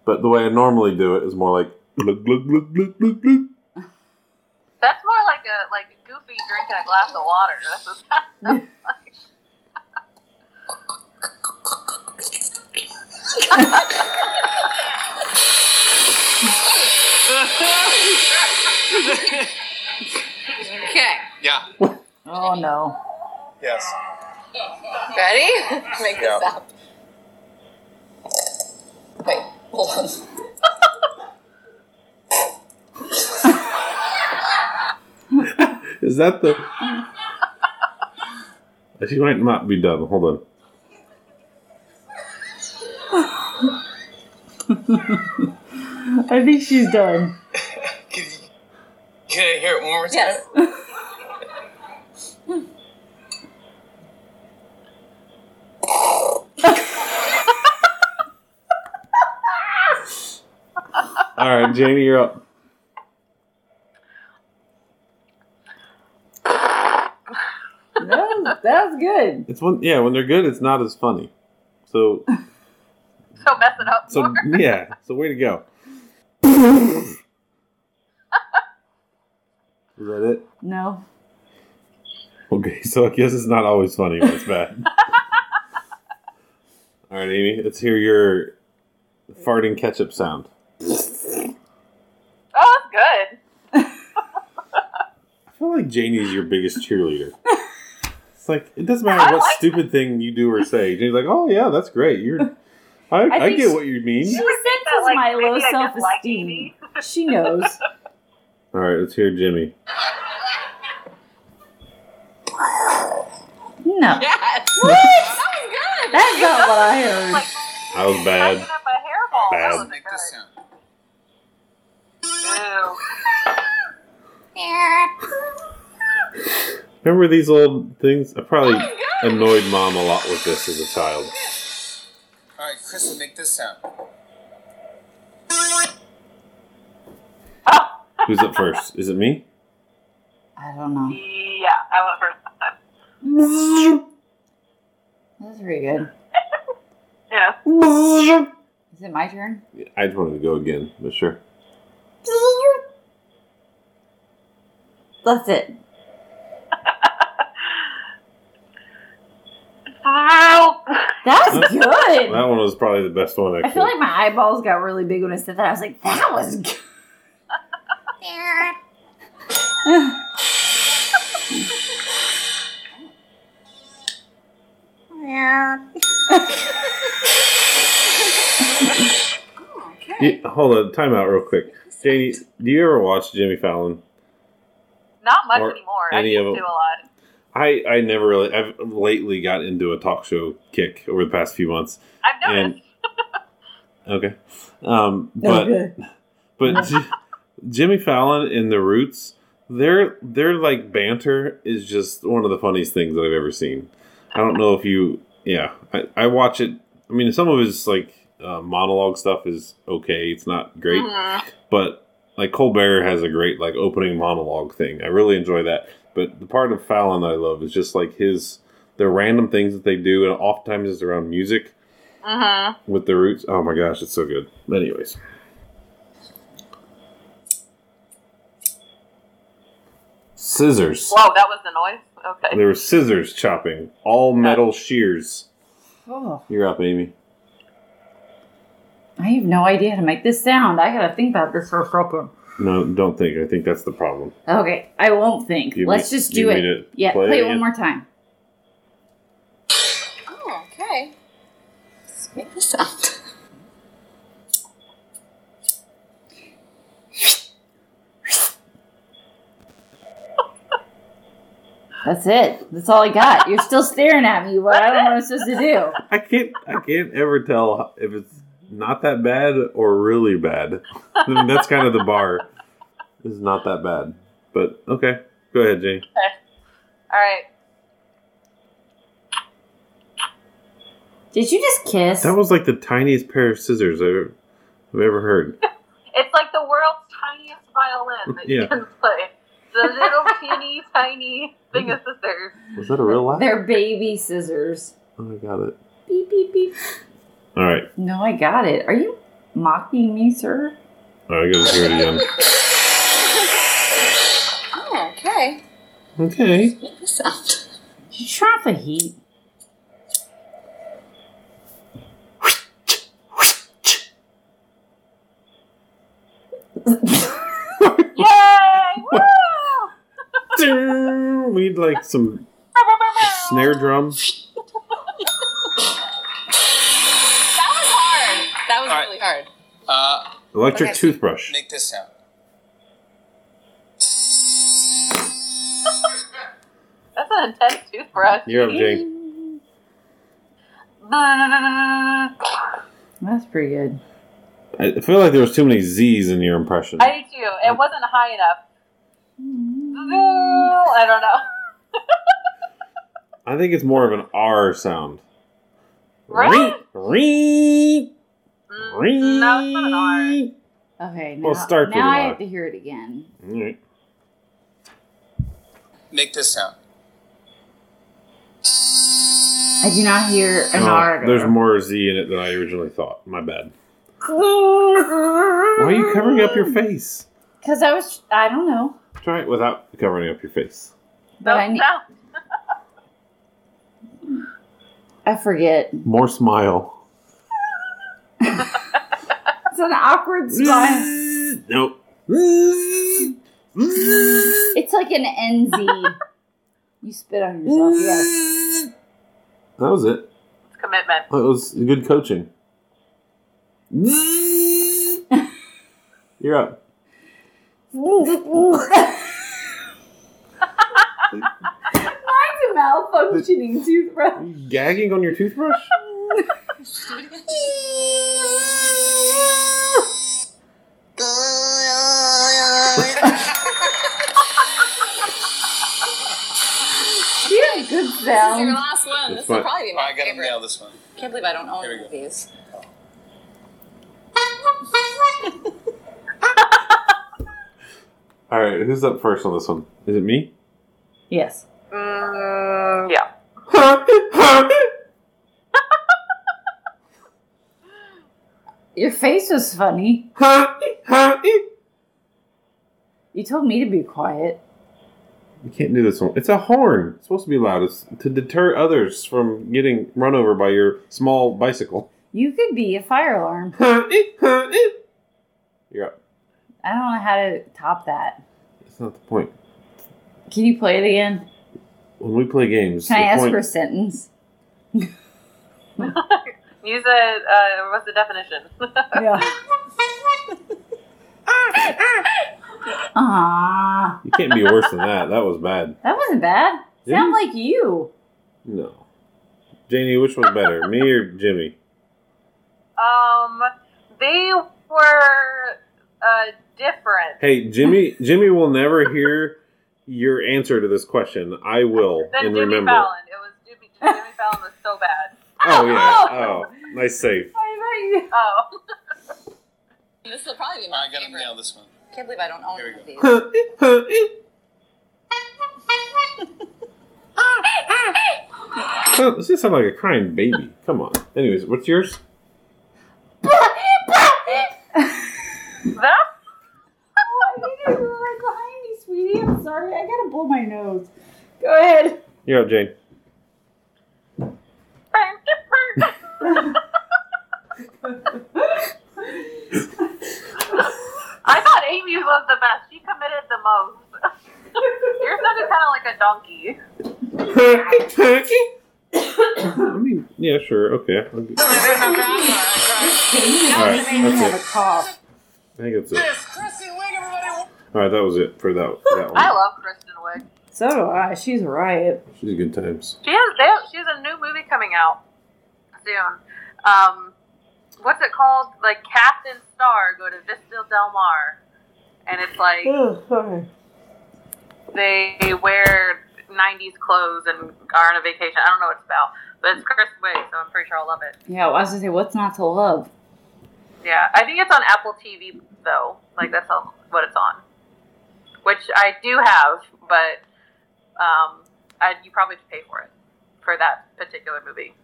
[SPEAKER 1] But the way I normally do it is more like.
[SPEAKER 4] that's more like a like goofy drinking a glass of water. That's what that sounds like.
[SPEAKER 6] Okay.
[SPEAKER 5] Yeah.
[SPEAKER 3] Oh no.
[SPEAKER 5] Yes.
[SPEAKER 6] Ready? Make this
[SPEAKER 5] Yeah.
[SPEAKER 6] up. Wait, hold on.
[SPEAKER 1] Is that the? She might not be done. Hold on.
[SPEAKER 3] I think she's done.
[SPEAKER 5] Can, you, can I hear it one more time?
[SPEAKER 6] Yes.
[SPEAKER 1] All right, Janie, you're up.
[SPEAKER 3] That was, that was good.
[SPEAKER 1] It's when yeah, when they're good, it's not as funny. So
[SPEAKER 4] So mess it up.
[SPEAKER 1] so
[SPEAKER 4] more.
[SPEAKER 1] yeah, so way to go. Is that it?
[SPEAKER 3] No.
[SPEAKER 1] Okay, so I guess it's not always funny when it's bad. All right, Amy, let's hear your farting ketchup sound.
[SPEAKER 4] Oh, that's good.
[SPEAKER 1] I feel like Janie's your biggest cheerleader. It's like it doesn't matter what stupid thing you do or say. Janie's like, "Oh yeah, that's great. You're, I, I,
[SPEAKER 3] think
[SPEAKER 1] get
[SPEAKER 3] she-
[SPEAKER 1] what you mean."
[SPEAKER 3] She senses
[SPEAKER 4] like,
[SPEAKER 3] my
[SPEAKER 4] maybe
[SPEAKER 3] low
[SPEAKER 4] I just
[SPEAKER 3] self
[SPEAKER 4] like
[SPEAKER 3] esteem.
[SPEAKER 4] Amy.
[SPEAKER 3] She knows.
[SPEAKER 1] All right, let's hear Jimmy.
[SPEAKER 3] No.
[SPEAKER 6] Yes.
[SPEAKER 3] That's not what I heard.
[SPEAKER 1] I was bad.
[SPEAKER 4] Packing up a hairball.
[SPEAKER 1] Bad.
[SPEAKER 4] That wasn't
[SPEAKER 5] Make this sound.
[SPEAKER 4] good. Ew.
[SPEAKER 1] Remember these old things? I probably annoyed mom a lot with this as a child.
[SPEAKER 5] All right, Kristen, make this sound.
[SPEAKER 1] Who's up first? Is it me?
[SPEAKER 3] I don't know.
[SPEAKER 4] Yeah, I went first.
[SPEAKER 3] That's pretty good.
[SPEAKER 4] Yeah.
[SPEAKER 3] Is it my turn?
[SPEAKER 1] I just wanted to go again, but sure.
[SPEAKER 3] That's it.
[SPEAKER 4] Ow.
[SPEAKER 3] That's
[SPEAKER 1] Huh?
[SPEAKER 3] good.
[SPEAKER 1] That one was probably the best one.
[SPEAKER 3] I feel
[SPEAKER 1] Actually,
[SPEAKER 3] like my eyeballs got really big when I said that. I was like, that was good.
[SPEAKER 1] You- hold on, time out real quick. Janie, do you ever watch Jimmy Fallon?
[SPEAKER 4] Not much
[SPEAKER 1] Or
[SPEAKER 4] anymore.
[SPEAKER 1] any
[SPEAKER 4] I
[SPEAKER 1] of
[SPEAKER 4] used
[SPEAKER 1] them.
[SPEAKER 4] to a lot.
[SPEAKER 1] I I never really. I've lately got into a talk show kick over the past few months.
[SPEAKER 4] I've noticed.
[SPEAKER 1] And okay, um, but
[SPEAKER 3] Okay.
[SPEAKER 1] But J- Jimmy Fallon and The Roots, their their like banter is just one of the funniest things that I've ever seen. I don't know if you, yeah, I, I watch it. I mean, some of his like uh, monologue stuff is okay. It's not great,
[SPEAKER 4] Mhm.
[SPEAKER 1] but like Colbert has a great like opening monologue thing. I really enjoy that. But the part of Fallon I love is just like his the random things that they do, and oftentimes it's around music
[SPEAKER 4] Mhm.
[SPEAKER 1] with The Roots. Oh my gosh, it's so good. Anyways. Scissors.
[SPEAKER 4] Whoa, that was the noise. Okay.
[SPEAKER 1] There were scissors chopping. All metal shears.
[SPEAKER 3] Oh.
[SPEAKER 1] You're up, Amy.
[SPEAKER 3] I have no idea how to make this sound. I gotta think about this for a second.
[SPEAKER 1] No, don't think. I think that's the problem.
[SPEAKER 3] Okay, I won't think.
[SPEAKER 1] You
[SPEAKER 3] Let's
[SPEAKER 1] mean-
[SPEAKER 3] just
[SPEAKER 1] you
[SPEAKER 3] do it.
[SPEAKER 1] mean it
[SPEAKER 3] Yeah, play, it
[SPEAKER 1] playing
[SPEAKER 3] one
[SPEAKER 1] it?
[SPEAKER 3] more time.
[SPEAKER 6] Oh, okay. Let's make the sound.
[SPEAKER 3] That's it. That's all I got. You're still staring at me. What I don't know what I'm supposed to do.
[SPEAKER 1] I can't. I can't ever tell if it's not that bad or really bad. I mean, that's kind of the bar. This is not that bad, but okay. Go ahead, Jane.
[SPEAKER 4] All right.
[SPEAKER 3] Did you just kiss?
[SPEAKER 1] That was like the tiniest pair of scissors I've I've ever heard.
[SPEAKER 4] It's like the world's tiniest violin that
[SPEAKER 1] Yeah.
[SPEAKER 4] you can play. The little teeny tiny thing of scissors.
[SPEAKER 1] Was that a real laugh?
[SPEAKER 3] They're baby scissors.
[SPEAKER 1] Oh, I got it.
[SPEAKER 3] Beep beep beep.
[SPEAKER 1] All right.
[SPEAKER 3] No, I got it. Are you mocking me, sir?
[SPEAKER 1] All right, I gotta hear it again.
[SPEAKER 6] Oh, okay.
[SPEAKER 1] Okay.
[SPEAKER 6] Make the sound.
[SPEAKER 3] Did you turn off the heat?
[SPEAKER 4] Yay! Woo!
[SPEAKER 1] We need like some snare drum.
[SPEAKER 6] That was hard. That was
[SPEAKER 5] All right.
[SPEAKER 6] really hard.
[SPEAKER 5] Uh,
[SPEAKER 1] Electric
[SPEAKER 6] Okay.
[SPEAKER 1] toothbrush.
[SPEAKER 5] make this sound.
[SPEAKER 4] That's an intense toothbrush.
[SPEAKER 1] You're up, Jane.
[SPEAKER 3] That's pretty good.
[SPEAKER 1] I feel like there was too many Z's in your impression.
[SPEAKER 4] I do too. It wasn't high enough. I don't know.
[SPEAKER 1] I think it's more of an R sound.
[SPEAKER 4] Right?
[SPEAKER 1] Ring,
[SPEAKER 4] Mm,
[SPEAKER 1] ring,
[SPEAKER 4] No, it's not an R.
[SPEAKER 1] ring.
[SPEAKER 3] Okay, now,
[SPEAKER 1] Well, start with
[SPEAKER 3] now I
[SPEAKER 1] a-
[SPEAKER 3] have to hear it again.
[SPEAKER 1] Alright.
[SPEAKER 5] Make this sound.
[SPEAKER 3] I do not hear an
[SPEAKER 1] Oh,
[SPEAKER 3] art.
[SPEAKER 1] there's more Z in it than I originally thought. My bad. Why are you covering up your face?
[SPEAKER 3] Because I was, I don't know,
[SPEAKER 1] Try it without covering up your face.
[SPEAKER 3] but I need,
[SPEAKER 4] No.
[SPEAKER 3] I forget.
[SPEAKER 1] More smile.
[SPEAKER 3] It's an awkward spot.
[SPEAKER 1] Nope.
[SPEAKER 3] it's like an NZ. you spit on yourself. Yes.
[SPEAKER 1] That was it.
[SPEAKER 4] Commitment.
[SPEAKER 1] That was good coaching. You're up.
[SPEAKER 3] Mine's a malfunctioning toothbrush.
[SPEAKER 1] Gagging on your toothbrush?
[SPEAKER 3] You had a good
[SPEAKER 6] This is your
[SPEAKER 3] sound.
[SPEAKER 6] last one.
[SPEAKER 1] That's
[SPEAKER 6] This will
[SPEAKER 1] fine.
[SPEAKER 6] probably be
[SPEAKER 5] I
[SPEAKER 6] my
[SPEAKER 5] gotta
[SPEAKER 6] favorite.
[SPEAKER 5] nail this one.
[SPEAKER 6] Can't believe I don't own
[SPEAKER 5] Here we
[SPEAKER 6] one of
[SPEAKER 5] go.
[SPEAKER 6] these.
[SPEAKER 1] All right, who's up first on this one? Is it me?
[SPEAKER 3] Yes.
[SPEAKER 4] Mm, yeah.
[SPEAKER 3] Your face was funny. You told me to be quiet.
[SPEAKER 1] You can't do this one. It's a horn. It's supposed to be loud. It's to deter others from getting run over by your small bicycle.
[SPEAKER 3] You could be a fire alarm.
[SPEAKER 1] You're up.
[SPEAKER 3] I don't know how to top that.
[SPEAKER 1] That's not the point.
[SPEAKER 3] Can you play it again?
[SPEAKER 1] When we play games,
[SPEAKER 3] Can I
[SPEAKER 1] the
[SPEAKER 3] ask
[SPEAKER 1] point-
[SPEAKER 3] for a sentence?
[SPEAKER 4] Use a, uh, what's the definition?
[SPEAKER 3] Yeah. Ah,
[SPEAKER 1] You can't be worse than that. That was bad.
[SPEAKER 3] that wasn't bad.
[SPEAKER 1] Yeah.
[SPEAKER 3] Sound like you.
[SPEAKER 1] No. Janie, which was better, me or Jimmy?
[SPEAKER 4] um, they were uh, different.
[SPEAKER 1] Hey, Jimmy. Jimmy will never hear your answer to this question. I will
[SPEAKER 4] Then
[SPEAKER 1] and
[SPEAKER 4] Jimmy
[SPEAKER 1] remember.
[SPEAKER 4] Fallon. It was Jimmy, Jimmy Fallon was so bad.
[SPEAKER 1] Oh yeah. Oh, nice save.
[SPEAKER 3] I
[SPEAKER 4] Oh,
[SPEAKER 6] This will probably be my
[SPEAKER 5] I gotta
[SPEAKER 6] favorite.
[SPEAKER 5] nail this one.
[SPEAKER 6] Can't believe I don't own
[SPEAKER 5] Here we
[SPEAKER 6] one of these.
[SPEAKER 1] So- This just sound like a crying baby. Come on. Anyways, what's yours?
[SPEAKER 4] that
[SPEAKER 3] Oh, didn't even right behind me, sweetie. I'm sorry. I gotta blow my nose. Go ahead.
[SPEAKER 1] You're up, Jane.
[SPEAKER 4] burn, burn. Amy was the best. She committed the most. Your son is kind of like a donkey.
[SPEAKER 1] I mean, yeah, sure, okay. I'll get- I
[SPEAKER 3] Jamie
[SPEAKER 1] Alright,
[SPEAKER 3] doesn't even
[SPEAKER 1] that's
[SPEAKER 3] have
[SPEAKER 1] it.
[SPEAKER 3] a cough.
[SPEAKER 1] think that's it.
[SPEAKER 5] Yes, Chrissy Wig, everybody.
[SPEAKER 1] All right, that was it for that that
[SPEAKER 4] I
[SPEAKER 1] one.
[SPEAKER 4] love Kristen Wiig.
[SPEAKER 3] So do I. She's right.
[SPEAKER 1] She's good times.
[SPEAKER 4] She has they have, she has a new movie coming out soon. Um, what's it called? Like Captain Star go to Vista Del Mar, and it's like
[SPEAKER 3] Oh, sorry.
[SPEAKER 4] they wear '90s clothes and are on a vacation. I don't know what it's about, but it's Chris Wiig, so I'm pretty sure I'll love it.
[SPEAKER 3] Yeah, well, I was gonna say, what's not to love?
[SPEAKER 4] Yeah, I think it's on Apple TV though. Like that's all, what it's on, which I do have, but um, I, you probably have to pay for it for that particular movie.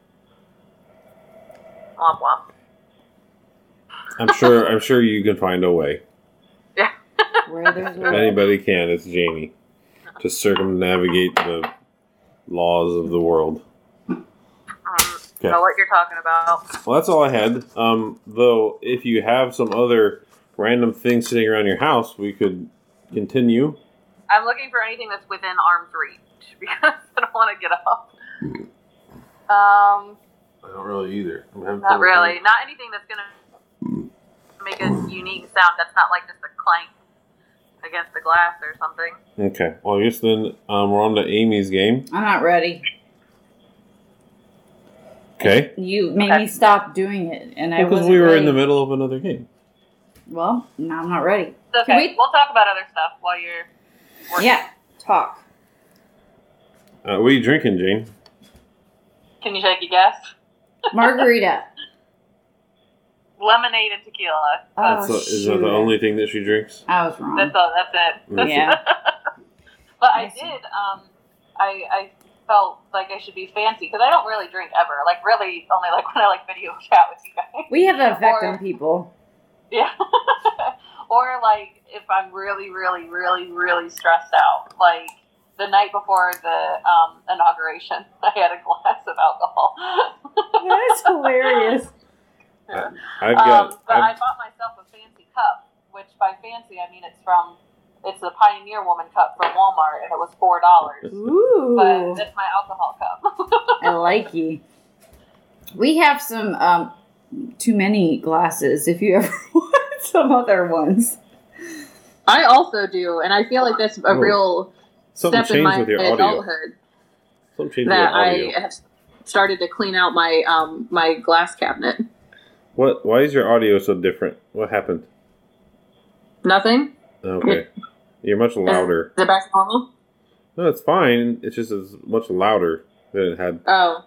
[SPEAKER 4] Womp womp.
[SPEAKER 1] I'm sure. I'm sure you can find a way.
[SPEAKER 3] Where there's
[SPEAKER 1] If
[SPEAKER 3] a
[SPEAKER 1] anybody can, it's Jamie. To circumnavigate the laws of the world.
[SPEAKER 4] I don't
[SPEAKER 1] Okay.
[SPEAKER 4] Mm, know what you're talking about.
[SPEAKER 1] Well, that's all I had. Um, though, if you have some other random thing sitting around your house, we could continue.
[SPEAKER 4] I'm looking for anything that's within arm's reach because I don't want to get up. Um,
[SPEAKER 1] I don't really either. I'm having
[SPEAKER 4] not really. Not anything that's gonna make a unique sound. That's not like just a clank against the glass or something.
[SPEAKER 1] Okay. Well, I guess then um, we're on to Amy's game.
[SPEAKER 3] I'm not ready.
[SPEAKER 1] Okay.
[SPEAKER 3] You made
[SPEAKER 4] Okay.
[SPEAKER 3] me stop doing it, and I
[SPEAKER 1] Because
[SPEAKER 3] was
[SPEAKER 1] we were in the middle of another game.
[SPEAKER 3] Well, now I'm not ready.
[SPEAKER 4] It's
[SPEAKER 3] Can
[SPEAKER 4] okay.
[SPEAKER 3] we-
[SPEAKER 4] We... will talk about other stuff while you're working.
[SPEAKER 3] Yeah, talk.
[SPEAKER 1] Uh, what are you drinking, Jane?
[SPEAKER 4] Can you take a guess?
[SPEAKER 3] Margarita.
[SPEAKER 4] Lemonade and tequila.
[SPEAKER 3] Oh,
[SPEAKER 1] That's the- is that
[SPEAKER 3] shoot.
[SPEAKER 1] the only thing that she drinks?
[SPEAKER 3] I was wrong.
[SPEAKER 4] That's all. That's it.
[SPEAKER 1] Mm.
[SPEAKER 3] Yeah.
[SPEAKER 4] But I
[SPEAKER 3] I see.
[SPEAKER 4] did. Um, I I felt like I should be fancy because I don't really drink ever. Like really, only like when I like video chat with you guys.
[SPEAKER 3] We have that effect
[SPEAKER 4] Or-
[SPEAKER 3] on people.
[SPEAKER 4] Yeah. or like if I'm really, really, really, really stressed out, like. The night before the um, inauguration, I had a glass of alcohol.
[SPEAKER 3] That is hilarious.
[SPEAKER 1] I've
[SPEAKER 4] Um,
[SPEAKER 1] got.
[SPEAKER 4] but I
[SPEAKER 1] I've,
[SPEAKER 4] bought myself a fancy cup, which by fancy I mean it's from it's the Pioneer Woman cup from Walmart, and it was four dollars. But
[SPEAKER 3] Ooh,
[SPEAKER 4] that's my alcohol cup.
[SPEAKER 3] I like you. We have some um, too many glasses. If you ever want some other ones,
[SPEAKER 4] I also do, and I feel like that's a
[SPEAKER 1] Ooh.
[SPEAKER 4] real
[SPEAKER 1] something changed with your audio. Something changed with your audio.
[SPEAKER 4] have started to clean out my um my glass cabinet.
[SPEAKER 1] What? Why is your audio so different? What happened?
[SPEAKER 4] Nothing.
[SPEAKER 1] Okay. You're
[SPEAKER 4] Uh,
[SPEAKER 1] much louder.
[SPEAKER 4] Is it back to normal?
[SPEAKER 1] No, it's fine. It's just it's much louder than it had.
[SPEAKER 4] Oh,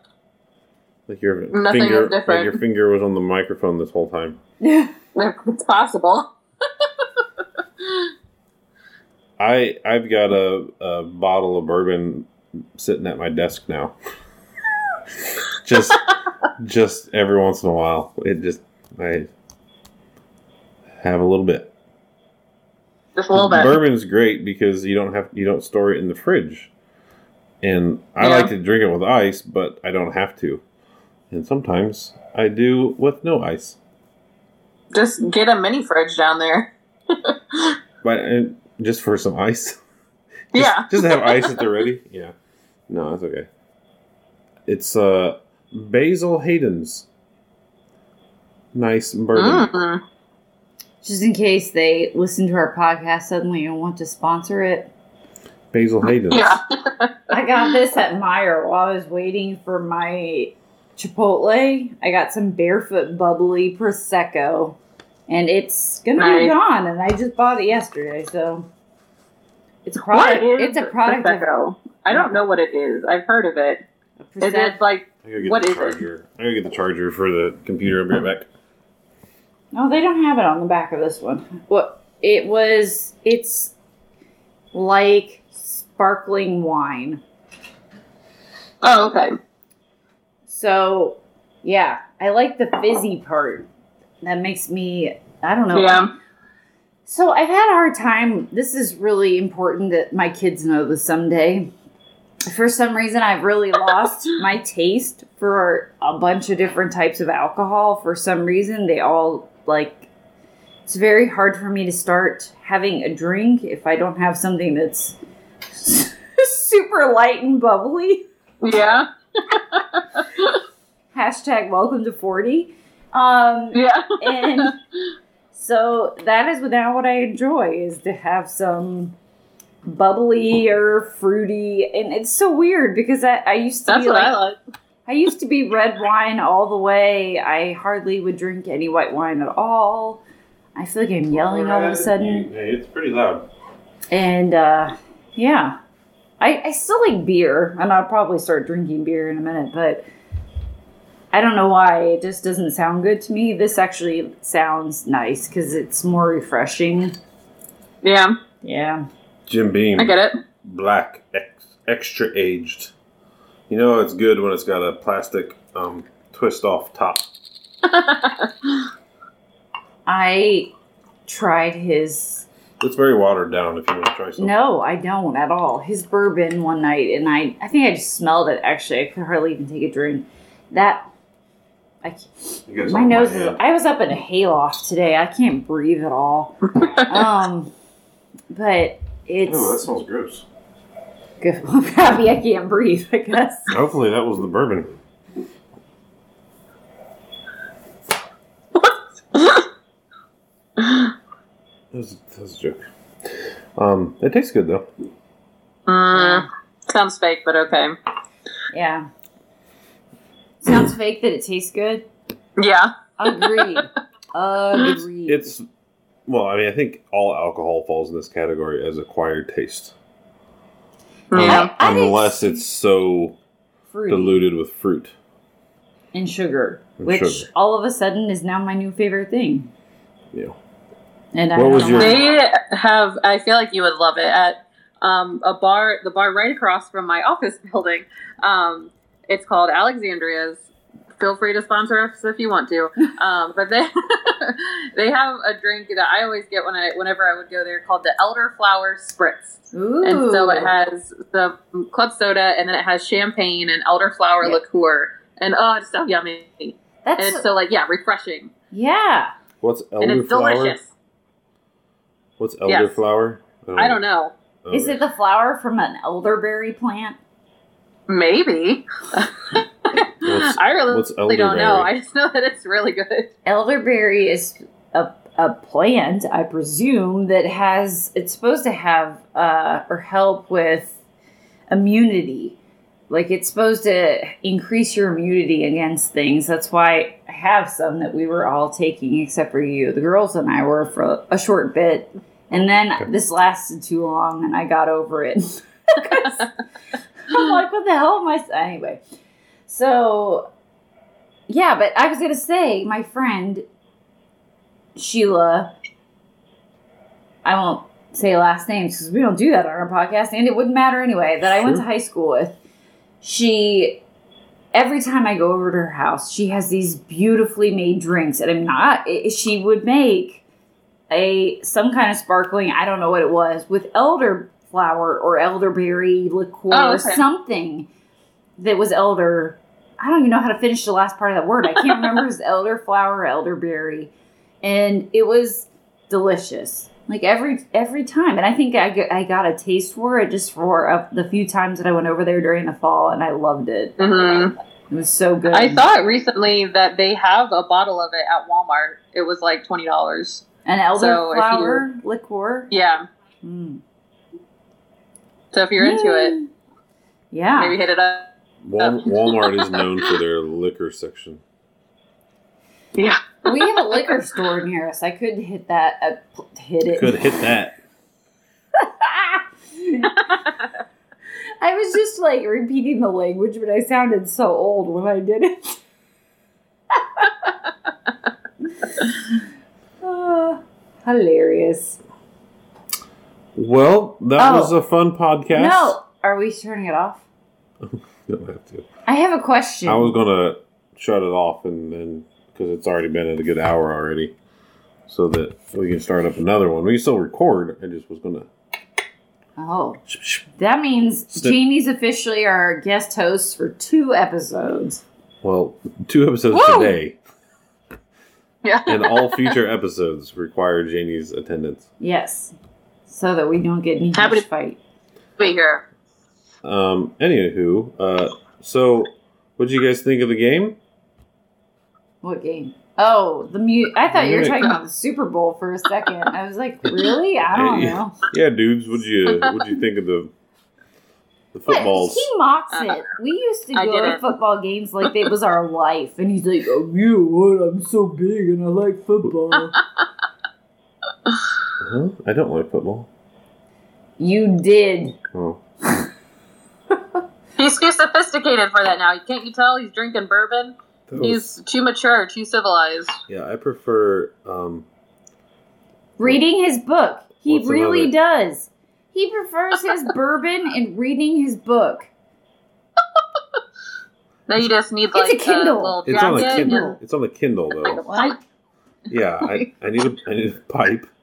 [SPEAKER 1] Like your
[SPEAKER 4] Nothing
[SPEAKER 1] finger,
[SPEAKER 4] was different.
[SPEAKER 1] like your finger was on the microphone this whole time.
[SPEAKER 4] it's possible.
[SPEAKER 1] I I've got a, a bottle of bourbon sitting at my desk now. just just every once in a while, it just I have a little bit.
[SPEAKER 4] Just a little bit.
[SPEAKER 1] Bourbon's great because you don't have you don't store it in the fridge, and I
[SPEAKER 4] Yeah.
[SPEAKER 1] like to drink it with ice, but I don't have to. And sometimes I do with no ice.
[SPEAKER 4] Just get a mini fridge down there.
[SPEAKER 1] But uh, just for some ice. Just-
[SPEAKER 4] Yeah.
[SPEAKER 1] Just to have ice at the ready. Yeah. No, that's okay. It's uh Basil Hayden's nice bourbon.
[SPEAKER 4] Mm.
[SPEAKER 3] just in case they listen to our podcast suddenly and want to sponsor it.
[SPEAKER 1] Basil Hayden's.
[SPEAKER 4] Yeah.
[SPEAKER 3] I got this at Meyer while I was waiting for my Chipotle. I got some Barefoot Bubbly Prosecco, and it's gonna be
[SPEAKER 4] Nice.
[SPEAKER 3] gone. And I just bought it yesterday, so it's a product.
[SPEAKER 4] What is
[SPEAKER 3] It's a product of
[SPEAKER 4] Prosecco? I don't know what it is. I've heard of it. Is it
[SPEAKER 3] Prosecco.
[SPEAKER 4] like
[SPEAKER 1] I gotta get
[SPEAKER 4] What
[SPEAKER 1] the
[SPEAKER 4] is it?
[SPEAKER 1] charger. I gotta get the charger for the computer. I'll be right back.
[SPEAKER 3] No, they don't have it on the back of this one. What it was? It's like sparkling wine.
[SPEAKER 4] Oh, okay.
[SPEAKER 3] So, yeah, I like the fizzy part. That makes me, I don't know.
[SPEAKER 4] Yeah.
[SPEAKER 3] So I've had a hard time. This is really important that my kids know this someday. For some reason, I've really lost my taste for a bunch of different types of alcohol. For some reason, they all like It's very hard for me to start having a drink if I don't have something that's super light and bubbly.
[SPEAKER 4] Yeah.
[SPEAKER 3] Hashtag welcome to 40. Um,
[SPEAKER 4] Yeah.
[SPEAKER 3] and so that is now what I enjoy is to have some bubbly or fruity and it's so weird because I, I used to
[SPEAKER 4] That's
[SPEAKER 3] be
[SPEAKER 4] what
[SPEAKER 3] like
[SPEAKER 4] I like.
[SPEAKER 3] I used to be red wine all the way. I hardly would drink any white wine at all. I feel like I'm yelling all of a sudden.
[SPEAKER 1] Hey, it's pretty loud.
[SPEAKER 3] And uh, yeah, I, I still like beer, and I'll probably start drinking beer in a minute, but I don't know why. It just doesn't sound good to me. This actually sounds nice because it's more refreshing.
[SPEAKER 4] Yeah,
[SPEAKER 3] Yeah.
[SPEAKER 1] Jim Beam.
[SPEAKER 4] I get it.
[SPEAKER 1] black ex- extra aged. You know it's good when it's got a plastic um, twist off top.
[SPEAKER 3] I tried his
[SPEAKER 1] It's very watered down if you want to try some.
[SPEAKER 3] No, I don't at all. His bourbon one night, and I, I think I just smelled it. Actually, I could hardly even take a drink. That, I, can't-
[SPEAKER 1] You guys
[SPEAKER 3] my
[SPEAKER 1] on
[SPEAKER 3] nose is.
[SPEAKER 1] hand.
[SPEAKER 3] I was up in a hayloft today. I can't breathe at all. um, but
[SPEAKER 1] Oh, that
[SPEAKER 3] it's
[SPEAKER 1] smells gross.
[SPEAKER 3] good. I'm happy I can't breathe. I guess.
[SPEAKER 1] Hopefully that was the bourbon. That was, that was a joke. Um, it tastes good though. Uh-huh.
[SPEAKER 4] Uh, sounds fake, but okay.
[SPEAKER 3] Yeah. Sounds fake that it tastes good.
[SPEAKER 4] Yeah.
[SPEAKER 3] Agreed. Agreed.
[SPEAKER 1] It's well, I mean, I think all alcohol falls in this category as acquired taste, Um,
[SPEAKER 4] Yeah.
[SPEAKER 3] I didn't
[SPEAKER 1] unless it's so
[SPEAKER 3] fruity.
[SPEAKER 1] diluted with fruit.
[SPEAKER 3] and sugar,
[SPEAKER 1] And
[SPEAKER 3] which
[SPEAKER 1] sugar.
[SPEAKER 3] all of a sudden is now my new favorite thing.
[SPEAKER 1] Yeah.
[SPEAKER 3] And I
[SPEAKER 1] What
[SPEAKER 3] don't
[SPEAKER 1] was
[SPEAKER 3] know
[SPEAKER 1] your-
[SPEAKER 3] why.
[SPEAKER 4] They have, I feel like you would love it at um, a bar, the bar right across from my office building. Um, it's called Alexandria's. Feel free to sponsor us if you want to. Um, but they they have a drink that I always get when I whenever I would go there called the Elderflower Spritz.
[SPEAKER 3] Ooh.
[SPEAKER 4] And so it has the club soda, and then it has champagne and elderflower
[SPEAKER 3] Yeah.
[SPEAKER 4] liqueur, and oh, it's so yummy, and
[SPEAKER 3] That's
[SPEAKER 4] it's so like yeah, refreshing,
[SPEAKER 3] yeah.
[SPEAKER 1] What's
[SPEAKER 4] and it's
[SPEAKER 1] elderflower?
[SPEAKER 4] delicious.
[SPEAKER 1] What's
[SPEAKER 4] Yes.
[SPEAKER 1] elderflower?
[SPEAKER 4] I don't know,
[SPEAKER 1] Okay.
[SPEAKER 3] Is it the flower from an elderberry plant?
[SPEAKER 4] maybe.
[SPEAKER 1] What's-
[SPEAKER 4] I really
[SPEAKER 1] what's
[SPEAKER 4] don't know.
[SPEAKER 1] elderberry?
[SPEAKER 4] I just know that it's really good.
[SPEAKER 3] Elderberry is a, a plant, I presume, that has it's supposed to have uh, or help with immunity. Like it's supposed to increase your immunity against things. That's why I have some that we were all taking, except for you. The girls and I were for a short bit, and then this lasted too long, and I got over it. 'Cause I'm like, what the hell am I? Anyway, so yeah, but I was gonna say my friend Sheila. I won't say last names because we don't do that on our podcast, and it wouldn't matter anyway. That I went to
[SPEAKER 1] Sure.
[SPEAKER 3] high school with. She, every time I go over to her house, she has these beautifully made drinks, and I'm not. i she would make a some kind of sparkling. I don't know what it was with elderflower or elderberry liqueur
[SPEAKER 4] Oh,
[SPEAKER 3] or
[SPEAKER 4] okay.
[SPEAKER 3] something that was elder. I don't even know how to finish the last part of that word. I can't remember if it was elderflower or elderberry. And it was delicious. Like every every time. And I think I, g- I got a taste for it just for uh, the few times that I went over there during the fall and I loved it.
[SPEAKER 4] Mhm.
[SPEAKER 3] It was so good.
[SPEAKER 4] I thought recently that they have a bottle of it at Walmart. It was like twenty dollars.
[SPEAKER 3] An
[SPEAKER 4] so if you-
[SPEAKER 3] elderflower liqueur.
[SPEAKER 4] Yeah,
[SPEAKER 3] Mm.
[SPEAKER 4] so if you're into it,
[SPEAKER 3] Yeah.
[SPEAKER 4] maybe hit it up.
[SPEAKER 1] Wal- Walmart is known for their liquor section.
[SPEAKER 4] Yeah,
[SPEAKER 3] we have a liquor store near us. I could hit that. Uh, pl- hit it.
[SPEAKER 1] Could hit that.
[SPEAKER 3] I was just like repeating the language, but I sounded so old when I did it. Ah, hilarious.
[SPEAKER 1] Well, that
[SPEAKER 3] Oh.
[SPEAKER 1] was a fun podcast.
[SPEAKER 3] No, are we turning it off?
[SPEAKER 1] You don't have to.
[SPEAKER 3] I have a question.
[SPEAKER 1] I was gonna shut it off and then because it's already been at a good hour already, so that we can start up another one. We can still record. I just was gonna.
[SPEAKER 3] oh, that means
[SPEAKER 1] Snip.
[SPEAKER 3] Janie's officially our guest host for two episodes.
[SPEAKER 1] Well, two episodes
[SPEAKER 4] Whoa!
[SPEAKER 1] today.
[SPEAKER 4] Yeah.
[SPEAKER 1] and all future episodes require Janie's attendance.
[SPEAKER 3] Yes. So that we don't get any
[SPEAKER 4] How
[SPEAKER 3] huge
[SPEAKER 4] about-
[SPEAKER 3] fight.
[SPEAKER 4] Be here.
[SPEAKER 1] Um, anywho, uh, so what do you guys think of the game?
[SPEAKER 3] What game? Oh, the mu- I thought you were
[SPEAKER 1] Munich.
[SPEAKER 3] talking about the Super Bowl for a second. I was like, really? I don't
[SPEAKER 1] Hey,
[SPEAKER 3] know.
[SPEAKER 1] Yeah, dudes, what'd you what'd you think of the the
[SPEAKER 3] What?
[SPEAKER 1] footballs?
[SPEAKER 3] He mocks it. We used to
[SPEAKER 4] Uh, I
[SPEAKER 3] go to
[SPEAKER 4] didn't.
[SPEAKER 3] football games like it was our life, and he's like, "Oh, you what? I'm so big and I like football."
[SPEAKER 1] Huh? I don't like football.
[SPEAKER 3] you did.
[SPEAKER 1] Oh.
[SPEAKER 4] He's too sophisticated for that now. Can't you tell? He's drinking bourbon.
[SPEAKER 1] That was-
[SPEAKER 4] He's too mature, too civilized.
[SPEAKER 1] yeah, I prefer um
[SPEAKER 3] Reading his book, he
[SPEAKER 1] What's
[SPEAKER 3] really does. He prefers his bourbon and reading his book.
[SPEAKER 4] Now you just need
[SPEAKER 3] a
[SPEAKER 4] like
[SPEAKER 3] Kindle.
[SPEAKER 4] little
[SPEAKER 1] it's on the
[SPEAKER 4] jacket
[SPEAKER 1] Kindle.
[SPEAKER 4] and-
[SPEAKER 1] It's on the Kindle though.
[SPEAKER 3] What?
[SPEAKER 1] Yeah, I, I need a I need a pipe.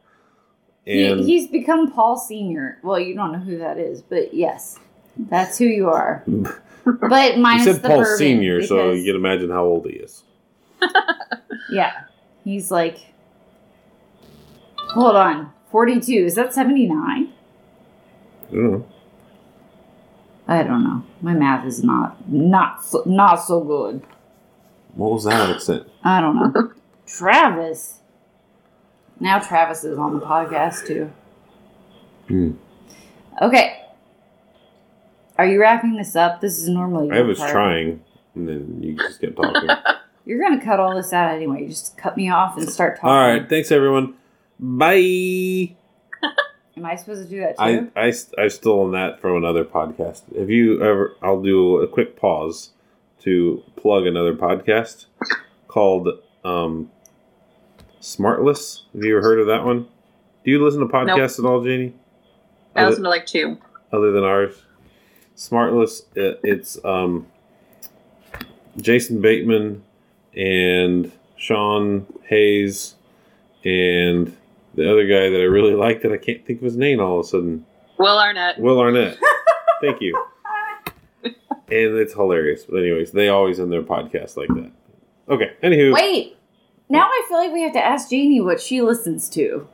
[SPEAKER 3] He,
[SPEAKER 1] And
[SPEAKER 3] he's become Paul Senior. Well, you don't know who that is, but yes, that's who you are. But
[SPEAKER 1] you
[SPEAKER 3] minus
[SPEAKER 1] said
[SPEAKER 3] the
[SPEAKER 1] Paul
[SPEAKER 3] bourbon,
[SPEAKER 1] Senior, so
[SPEAKER 3] because-
[SPEAKER 1] you can imagine how old he is.
[SPEAKER 3] Yeah. He's like, hold on, 42. Is that 79?
[SPEAKER 1] I don't know.
[SPEAKER 3] I don't know. My math is not not so, not so good.
[SPEAKER 1] What was that accent?
[SPEAKER 3] I don't know. Travis. Now Travis is on the podcast too.
[SPEAKER 1] Hmm.
[SPEAKER 3] Okay. Are you wrapping this up? This is normally
[SPEAKER 1] I
[SPEAKER 3] your
[SPEAKER 1] was
[SPEAKER 3] part.
[SPEAKER 1] trying, and then you just kept talking.
[SPEAKER 3] You're gonna cut all this out anyway. You Just cut me off and start talking.
[SPEAKER 1] All right, thanks everyone. Bye.
[SPEAKER 3] Am I supposed to do that
[SPEAKER 1] I,
[SPEAKER 3] too?
[SPEAKER 1] I, st- I stolen that from another podcast. Have you ever? I'll do a quick pause to plug another podcast called um, Smartless. Have you ever heard of that one? Do you listen to podcasts at all, Janie?
[SPEAKER 4] I
[SPEAKER 1] Other-
[SPEAKER 4] listened to like two.
[SPEAKER 1] other than ours. Smartless, i- it's um, Jason Bateman and Sean Hayes and the other guy that I really like that I can't think of his name all of a sudden.
[SPEAKER 4] Will Arnett.
[SPEAKER 1] Will Arnett. Thank you. And it's hilarious. But anyways, they always end their podcast like that. Okay. Anywho,
[SPEAKER 3] Wait. Now I feel like we have to ask Janie what she listens to.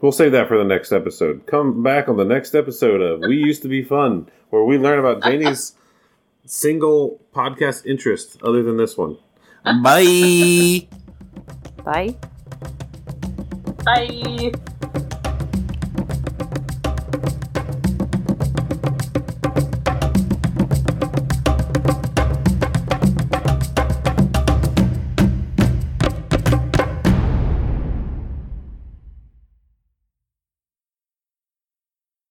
[SPEAKER 1] we'll save that for the next episode. Come back on the next episode of We Used to Be Fun, where we learn about Janie's single podcast interest other than this one.
[SPEAKER 4] Bye.